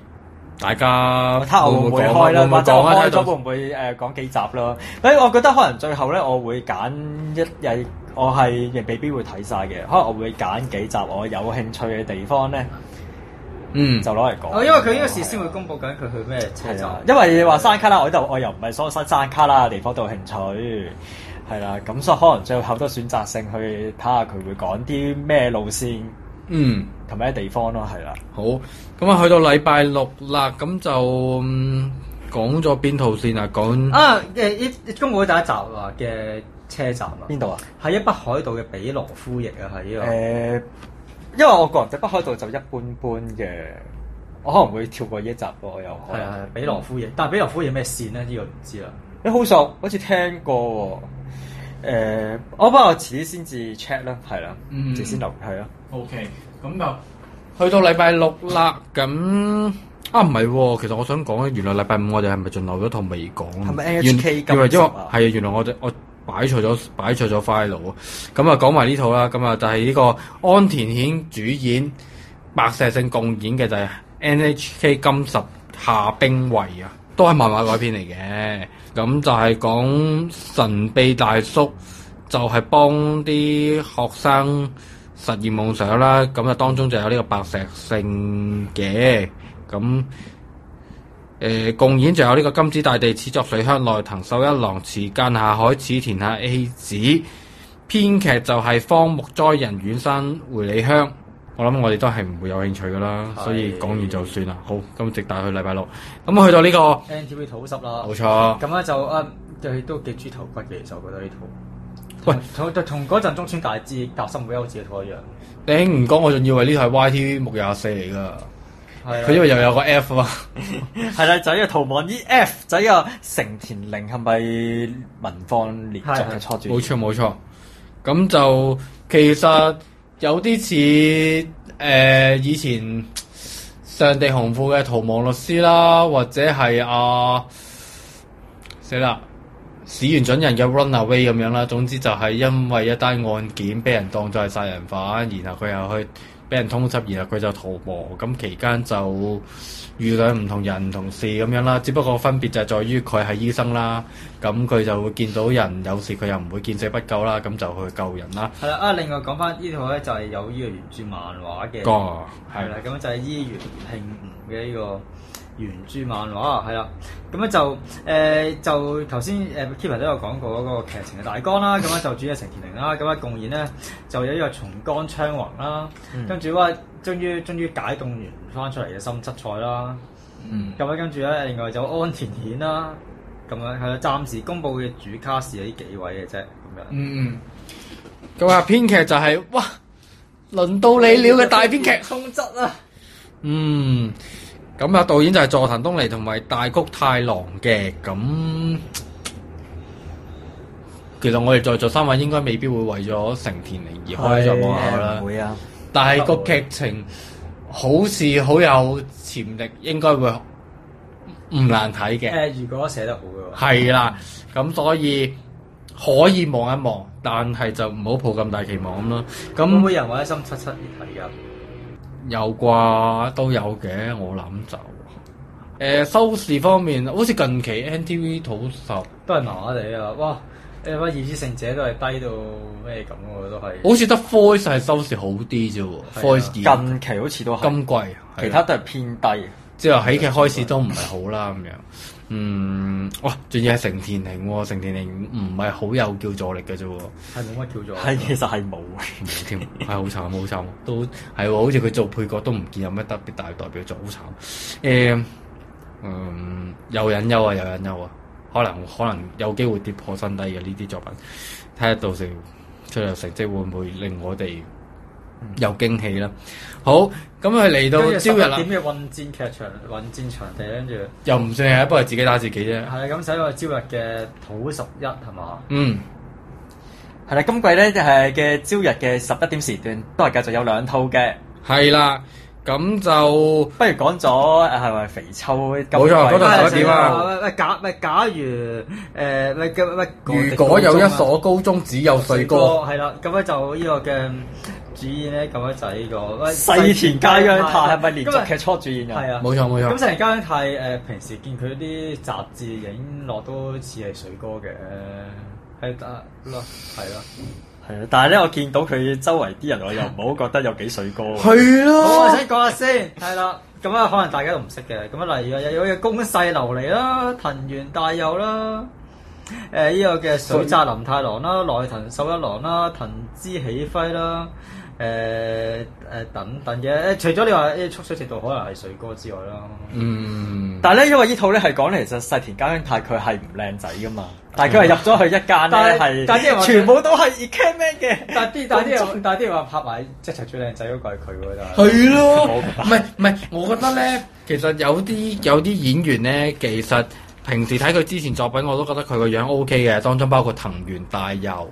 Speaker 5: 大家
Speaker 2: 睇下我會唔會
Speaker 5: 講
Speaker 2: 開啦，
Speaker 5: 會唔會
Speaker 2: 或者
Speaker 5: 講
Speaker 2: 我
Speaker 5: 啊
Speaker 2: 開
Speaker 5: 睇下
Speaker 2: 咗
Speaker 5: 到
Speaker 2: 會唔會誒講幾集啦？誒，我覺得可能最後咧，我會揀一日，我係亦未必會睇晒嘅，可能我會揀幾集我有興趣嘅地方咧，
Speaker 5: 嗯
Speaker 2: 就攞嚟講。
Speaker 6: 哦，因為佢呢個事先會公佈緊佢去咩車
Speaker 2: 係啊
Speaker 6: 站，，
Speaker 2: 因為你話山卡拉，我呢度我又唔係所有山山卡拉嘅地方都有興趣，係啦，咁所以可能最後都選擇性去睇下佢會講啲咩路線
Speaker 5: 嗯。
Speaker 2: 同咩地方咯，係啦。
Speaker 5: 好，咁啊去到禮拜六啦，咁就、嗯、講咗邊套先啊？講
Speaker 6: 啊誒依依公佈咗第一集啊嘅車站啊，
Speaker 2: 邊度啊？
Speaker 6: 係一北海道嘅比羅夫翼啊，係呢
Speaker 2: 誒、
Speaker 6: 個。
Speaker 2: 呃因為我個人對北海道就一般般嘅，我可能會跳過呢一集咯，我又可
Speaker 6: 係
Speaker 2: 能。
Speaker 6: 啊，係比羅夫翼，但係比羅夫翼咩線咧？呢個唔知啦。
Speaker 2: 你好熟，好似聽過喎、誒我不過我遲啲先至 check 啦，係啦，
Speaker 5: 嗯
Speaker 2: 遲先留係啊啦。
Speaker 5: OK，咁就去到禮拜六啦。咁啊，唔係喎，其實我想講咧，原來禮拜五我哋係咪盡漏咗套未講？
Speaker 2: 係咪
Speaker 5: 原
Speaker 2: NHK
Speaker 5: 原來因為
Speaker 2: 金十
Speaker 5: 係
Speaker 2: 啊
Speaker 5: 啊，原來我哋我擺錯咗擺錯咗 file 啊！咁啊講埋呢套啦，咁啊就係呢個安田顯主演、白石聖共演嘅就係 NHK 金十下兵衛啊，都係漫畫改編嚟嘅。咁就係講神秘大叔就係幫啲學生實現夢想啦。咁啊當中就有呢個白石聖嘅咁。誒、共演仲有呢個金子大地、始作水鄉、內藤守一郎、池間下海、此田下 A 子，編劇就係方木災人、遠山回里香。我諗我哋都係唔會有興趣噶啦，所以講完就算啦。好，咁直帶去禮拜六。咁去到呢、個
Speaker 6: NTV 肚濕啦，
Speaker 5: 冇錯，
Speaker 6: 咁咧就啊，對都幾豬頭骨嘅，其實我覺得呢套。
Speaker 5: 喂
Speaker 6: 同同同嗰陣中村大志夾心會優子嘅套一樣，
Speaker 5: 你唔講我仲以為呢套係 YTV 木廿四嚟噶，
Speaker 6: 係啊
Speaker 5: 佢因為又有個 F 啊，
Speaker 2: 係啦，就係呢個逃亡 E.F. 就係呢個成田凌係咪民放連續嘅初主？
Speaker 5: 冇錯冇錯。咁就其實有啲似誒以前上地紅褲嘅逃亡律師啦，或者係啊死啦史原準人嘅 Runaway 咁樣啦。總之就係因為一單案件俾人當作係殺人犯，然後佢又去俾人通緝，然後佢就逃亡。咁期間就遇兩唔同人唔同事咁樣啦。只不過分別就係在於佢係醫生啦，咁佢就會見到人有事，佢又唔會見死不救啦，咁就去救人啦。
Speaker 6: 係啦啊！另外講翻呢套咧就係有呢個原著漫畫嘅，
Speaker 5: 個
Speaker 6: 係啦，
Speaker 5: 嗯
Speaker 6: 咁就係伊原慶吾嘅呢個原著漫畫，係啦，咁咧就誒、呃就頭先誒 Kevin 都有講過嗰個劇情嘅大綱啦，咁咧啊就主要係成田凌啦，咁啊共演咧就有呢個松江昌宏啦，
Speaker 5: 嗯
Speaker 6: 跟住話終於終於解凍完翻出嚟嘅心七菜啦，
Speaker 2: 嗯，
Speaker 6: 咁啊咧跟住咧另外就安田顯啦，咁樣係啦，暫時公佈嘅主卡士係呢幾位嘅啫，咁樣。
Speaker 5: 嗯嗯，咁啊編劇就係、哇，輪到你了嘅大編劇。
Speaker 6: 空質啊！
Speaker 5: 嗯，咁啊，導演就係佐藤東尼同埋大谷太郎嘅，咁其實我哋在座三位應該未必會為咗成田凌而開咗幕口啦
Speaker 2: 唔，會啊，
Speaker 5: 但係個劇情好似好有潛力，應該會唔難睇
Speaker 6: [laughs] 誒、
Speaker 5: 嘅。
Speaker 6: 如果寫得好嘅話，
Speaker 5: 係啦，咁所以可以望一望，但係就唔好抱咁大期望咁咯。
Speaker 6: 咁會唔
Speaker 5: 咁
Speaker 6: 會有人話一心七七啊而家？
Speaker 5: 有啩，都有嘅，我諗就。誒、收視方面，好似近期 NTV 土十，好
Speaker 6: 都係麻麻地啊！哇，你乜《二之聖者》都係低到咩咁喎，都
Speaker 2: 哦
Speaker 6: 係。
Speaker 5: 似得 Voice 係收視好啲啫
Speaker 6: 係啊
Speaker 5: 喎，Voice 二啊
Speaker 2: 近期好似都係，
Speaker 5: 今季，
Speaker 2: 其
Speaker 5: 其
Speaker 2: 他
Speaker 5: 他
Speaker 2: 都係偏低。
Speaker 5: 之後喜劇開始都唔係好啦咁樣。嗯，哇，仲要係成田凌喎，成田凌唔係好有叫助力嘅啫喎，
Speaker 6: 係冇乜叫做。
Speaker 2: 係，其實係冇嘅。
Speaker 5: 冇添，係好慘啊好慘，都係喎，好似佢做配角都唔見有咩特別大代表作，好慘。誒、嗯，有隱憂啊，有隱憂啊，可能可能有機會跌破新低嘅呢啲作品，睇下到時出嚟成績會唔會令我哋有驚喜啦。好，咁佢嚟
Speaker 6: 跟
Speaker 5: 到
Speaker 6: 住十
Speaker 5: 朝
Speaker 6: 一
Speaker 5: 日啦，
Speaker 6: 點嘅混戰劇場、混戰場地，跟住
Speaker 5: 又唔算係一波係自己打自己啫
Speaker 6: 係。啊咁使我朝日嘅土十一係嘛？
Speaker 5: 嗯，
Speaker 2: 係啦，今季咧誒嘅朝日嘅十一點時段都係繼續有兩套嘅。
Speaker 5: 係啦，咁就
Speaker 2: 不如講咗誒係咪肥秋？
Speaker 5: 冇錯嗰度
Speaker 6: 係
Speaker 5: 十一點啊
Speaker 6: 喂喂，假喂，假如誒喂嘅喂，
Speaker 5: 如果有一
Speaker 6: 啊
Speaker 5: 所高中只有帥哥。
Speaker 6: 係啦，咁咧就呢個嘅主演咧，咁咧就係呢個喂
Speaker 2: 細田佳央太係咪連續劇初主演
Speaker 6: 係
Speaker 2: 啊？
Speaker 6: 啊，
Speaker 5: 冇錯冇錯
Speaker 6: 咁成日家太誒，平時見佢啲雜誌影落都似係水哥嘅，係得咯，係咯。
Speaker 2: 係啊，但係咧我見到佢周圍啲人，我又唔好覺得有幾水哥喎。
Speaker 5: 去
Speaker 6: 好，我
Speaker 5: 咯
Speaker 6: 想講下先，係啦。咁啊，可能大家都唔識嘅。咁啊，例如有有嘅公勢流離啦，藤原大佑啦，誒呢個嘅水澤林太郎啦，內藤秀一郎啦，藤枝喜輝啦，誒、誒、等等嘅。誒除咗你話誒速水直道可能係水哥之外啦，
Speaker 5: 嗯，
Speaker 2: 但係咧，因為呢套咧係講嚟，其實細田家央太佢係唔靚仔噶嘛，但係佢係入咗去一間
Speaker 6: 但係
Speaker 2: 咧
Speaker 6: 但係啲人
Speaker 2: 係
Speaker 6: 話
Speaker 2: 全部都係 e c a m a n 嘅。
Speaker 6: 但啲但啲人但啲人話拍埋即係最靚仔嗰個係佢喎，但係。
Speaker 5: 係咯，唔係唔係，我覺得咧，其實有啲有啲演員咧，其實平時睇佢之前作品，我都覺得佢個樣 O K 嘅，當中包括藤原大佑，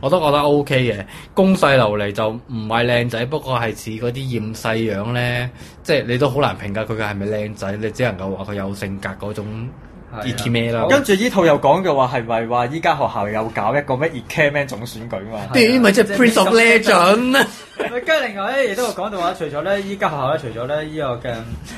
Speaker 5: 我都覺得 O K 嘅。公勢流離就唔係靚仔，不過係似嗰啲厭世樣咧，即係你都好難評價佢嘅係咪靚仔，你只能夠話佢有性格嗰種
Speaker 6: 係啊
Speaker 5: e t m a 啦。
Speaker 2: 跟住依套又講嘅話係咪話依家學校有搞一個咩 e c a m a n 總選舉嘛？
Speaker 5: 屌啊咪即係 Prince of Legend
Speaker 6: 喂跟住另外咧，亦都有講到話，除咗咧依家學校咧，除咗咧依個嘅誒、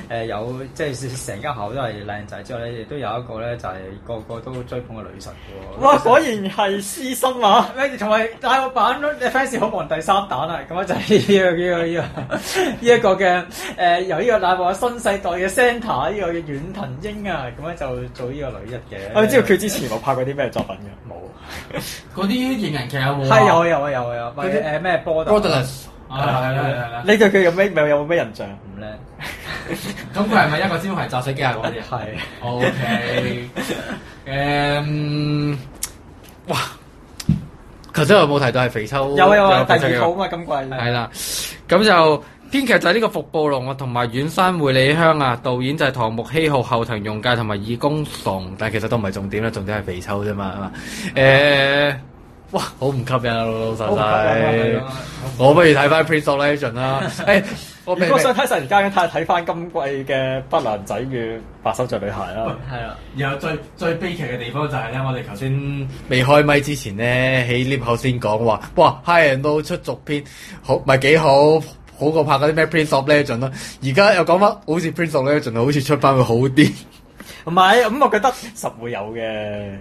Speaker 6: 呃有即係成間學校都係靚仔之外咧，亦都有一個咧就係、個個都追捧嘅女神嘅喎。
Speaker 2: 哇！果然係私心啊！
Speaker 6: 喂，同埋大個版 fans 好望第三彈啊！咁啊就係呢、個呢、個呢、個呢、一個嘅誒、呃由呢個大個新世代嘅 centre 呢個嘅遠藤英啊，咁樣就做呢個女一嘅。
Speaker 2: 我哋知道佢之前冇拍過啲咩作品嘅，冇。
Speaker 5: 嗰啲型人劇有冇啊？
Speaker 6: 係有啊有啊有啊有啊，喂
Speaker 5: 嗰啲
Speaker 6: 誒咩 border
Speaker 5: Borderless 係啦係啦係
Speaker 6: 啊
Speaker 5: 啦。
Speaker 2: 你對佢有咩有有冇咩印象？
Speaker 6: 唔咧？
Speaker 5: 咁佢係咪一個招牌砸死機械嗰啲啊？
Speaker 6: 係
Speaker 2: [laughs]
Speaker 5: O K，誒，哇！頭先我冇提到係肥秋，
Speaker 2: 有啊有啊，第
Speaker 5: 肥
Speaker 2: 二
Speaker 5: 秋嘅
Speaker 2: 套啊嘛，今季
Speaker 5: 係啦，咁就編劇就係呢個服部龍啊，同埋遠山惠里香啊，導演就係唐木希浩、後藤用介同埋二宮崇，但係其實都唔係重點啦，重點係肥秋啫嘛，係嘛？誒，哇，好唔吸引啊，老老實實，我不如睇翻 Prince of
Speaker 2: [laughs]
Speaker 5: Legend 啦。誒，我
Speaker 2: 如
Speaker 5: 明
Speaker 2: 果想睇神家嘅，睇下睇翻今季嘅《不良仔與白手杖女孩》啊啦。
Speaker 6: 係啦。
Speaker 5: 然後最最悲劇嘅地方就係咧，我哋頭先未開咪之前咧，喺 lift 口先講話，哇，High and Low 出續篇好咪幾好，好過拍嗰啲咩 Prince of Legend 啦。而家又講翻好似 Prince of Legend 啊好似出翻會好啲。
Speaker 2: 唔係，咁我覺得實會有嘅，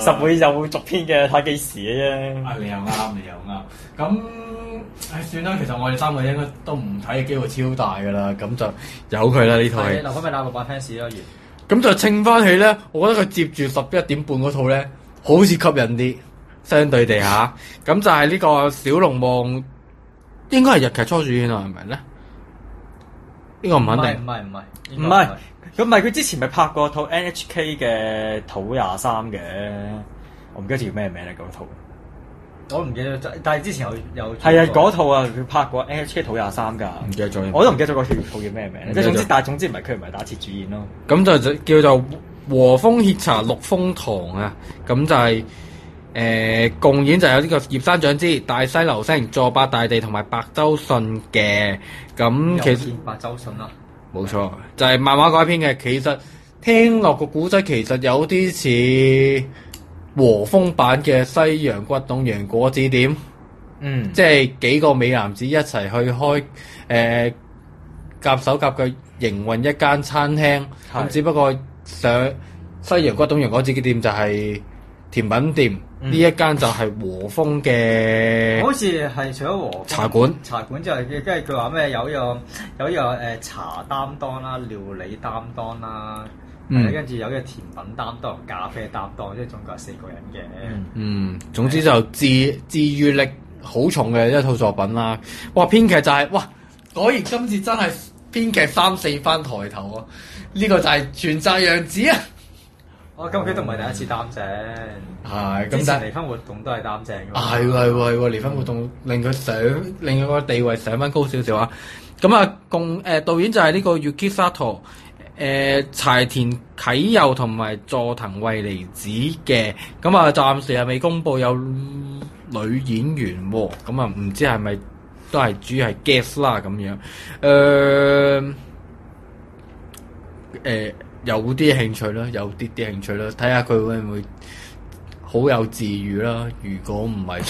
Speaker 2: 實會有續篇嘅，睇幾時嘅啫。
Speaker 5: 啊，你又啱，你又啱。咁唉，算啦，其實我哋三個應該都唔睇嘅機會超大噶啦，咁就由佢啦呢套戲
Speaker 6: 係。留翻俾大個版 fans 咯，完。
Speaker 5: 咁就稱翻起咧，我覺得佢接住十一點半嗰套咧，好似吸引啲，相對地下。咁就係呢個《小龍夢》，應該係日劇初主演啊，係咪咧？呢個唔肯定
Speaker 6: 唔。係唔係
Speaker 2: 唔係，咁唔係佢之前咪拍過套 NHK 嘅《土廿三》嘅，我唔記得叫咩名啦嗰套。
Speaker 6: 我唔記得咗，但係之前有有
Speaker 2: 係啊，嗰套啊，佢拍過 NHK《土廿三》㗎。
Speaker 5: 唔記得咗
Speaker 2: 我都唔記得咗嗰套叫咩名，即係總
Speaker 5: 嗯唔記得
Speaker 2: 之
Speaker 5: 咗，
Speaker 2: 但係總之唔係佢唔係打鐵主演咯。
Speaker 5: 咁就就叫做和風熱茶綠風堂啊。咁就係、誒、共演就有呢個葉山長之、大西流星、佐伯大地同埋白周信嘅。咁其
Speaker 6: 其
Speaker 5: 實
Speaker 6: 見白周信啦，
Speaker 5: 冇錯，就係、漫畫改編嘅。其實聽落個古仔其實有啲似和風版嘅《西洋骨董楊果子店》，
Speaker 2: 嗯，
Speaker 5: 即係幾個美男子一齊去開誒、呃、夾手夾腳營運一間餐廳，
Speaker 2: 係
Speaker 5: 咁只不過上西洋骨董楊果子店就係甜品店，呢、
Speaker 2: 嗯
Speaker 5: 一間就係和風嘅
Speaker 6: 好似係除咗和
Speaker 5: 茶館。
Speaker 6: 茶館之外，跟住佢話咩有呢個有呢個誒茶擔當啦、料理擔當啦，
Speaker 5: 嗯
Speaker 6: 跟住有呢個甜品擔當、咖啡擔當，即係總共有四個人嘅。
Speaker 5: 嗯，總之就治治愈力好重嘅一套作品啦。哇，編劇就係、哇，果然今次真係編劇三四番抬頭啊！呢、個就係全寨樣子啊！
Speaker 6: 哦，咁佢都唔係第一次擔正，
Speaker 5: 係咁，
Speaker 6: 之
Speaker 5: 但
Speaker 6: 前
Speaker 5: 係
Speaker 6: 離婚活動都係擔正㗎嘛。
Speaker 5: 係喎係喎係喎，離婚活動令佢上令佢個地位上翻高少少啊！咁啊，共誒、導演就係呢個 Yuki Sato。誒、柴田啟佑同埋佐藤惠梨子嘅，咁啊暫時係未公佈有女演員喎，咁啊唔知係咪都係主要係 guess 啦咁樣，誒、誒呃有啲興趣啦，有啲啲興趣啦，睇下佢會唔會好有治愈啦。如果唔係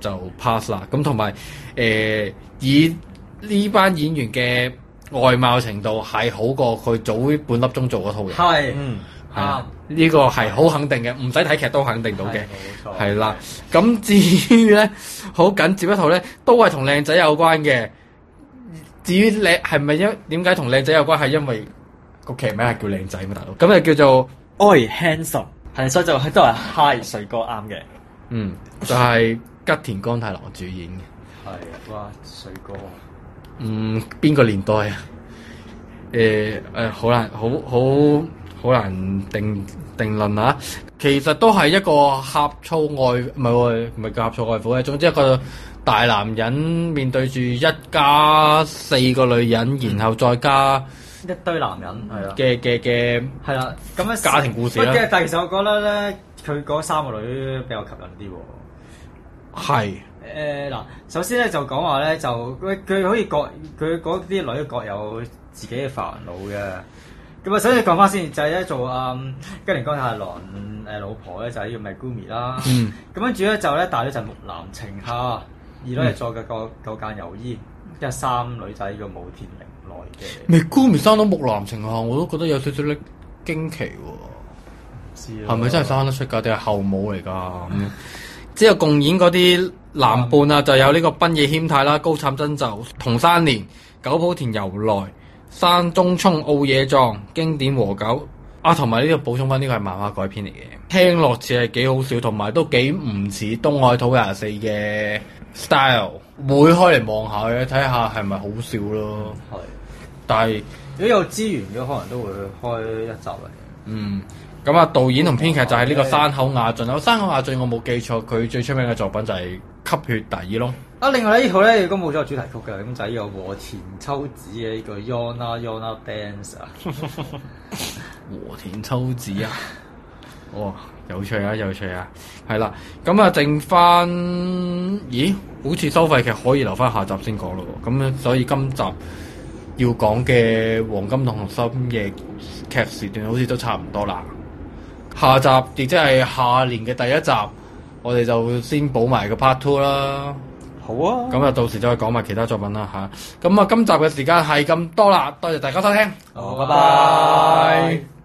Speaker 5: 就就 pass 啦。咁同埋誒以呢班演員嘅外貌程度係好過佢早半粒鐘做嗰套嘅，
Speaker 6: 係
Speaker 2: 嗯，
Speaker 5: 係啦，呢個係好肯定嘅，唔使睇劇都肯定到嘅
Speaker 6: 係。冇錯，
Speaker 5: 係啦，咁至於咧，好緊接一套咧，都係同靚仔有關嘅。至於靚係咪因點解同靚仔有關，係因為個劇名係叫靚仔嘛，大佬，咁就叫做
Speaker 2: ，Oi handsome，係所以就係都係 hi 帥哥啱嘅。
Speaker 5: 嗯，就係、吉田剛太郎主演嘅。
Speaker 6: 係哇，水哥
Speaker 5: 嗯，邊個年代啊？誒、誒，好、難，好好好難定定論啊！其實都係一個呷醋外，唔係喎唔係叫呷醋外父嘅。總之一個大男人面對住一家四個女人，然後再加
Speaker 6: 一堆男人係啦。
Speaker 5: 嘅嘅嘅，
Speaker 6: 係啦，咁樣
Speaker 5: 家庭故事啦
Speaker 6: 不過但係其實我覺得咧，佢嗰三個女比較吸引啲喎。
Speaker 5: 係
Speaker 6: 誒嗱，首先咧就講話咧，就佢佢好似各佢嗰啲女各有自己嘅煩惱嘅。咁啊，所以講翻先，就係咧做啊吉連江太郎誒老婆咧，就係呢個 Megumi 啦。
Speaker 5: 嗯
Speaker 6: 咁跟住咧就咧帶咗陣木南晴夏，二女係作嘅個九間由衣，一三女仔呢個武田明奈嘅。
Speaker 5: 咪 g u m i 生到木南情下，我都覺得有少少咧驚奇喎。嗯係咪真係生得出㗎？定係後母嚟㗎？咁之後共演嗰啲男伴啊，就有呢個濱野謙太啦、高杉真就、同山年、久保田由來、山中聰、奧野壯、經典和久啊，同埋呢個補充翻，呢個係漫畫改編嚟嘅，聽落似係幾好笑，同埋都幾唔似東海土廿四嘅 style。會開嚟望下嘅，睇下係咪好笑咯。
Speaker 6: 係，
Speaker 5: 但係
Speaker 6: 如果有資源嘅，可能都會開一集啊嚟。
Speaker 5: 嗯，咁啊，導演同編劇就係呢個山口雅俊啦。山口雅俊我冇記錯，佢最出名嘅作品就係《吸血大耳窿》。
Speaker 6: 啊，另外呢套咧亦都冇咗個主題曲嘅，咁就係呢個和田秋子嘅呢個 Yona Yona Dance 啊。
Speaker 5: 和田秋子啊，哇，有趣啊，有趣啊，係啦，咁啊，剩翻，咦，好似收費劇可以留翻下集先講咯喎。咁啊所以今集要講嘅黃金同深夜劇時段好似都差唔多啦。下集亦即係下年嘅第一集，我哋就先補埋個 part two 啦。
Speaker 2: 好啊，
Speaker 5: 咁啊，到時再講埋其他作品啦吓，咁啊，今集嘅時間係咁多啦，多謝大家收聽。
Speaker 6: 好
Speaker 2: 拜拜。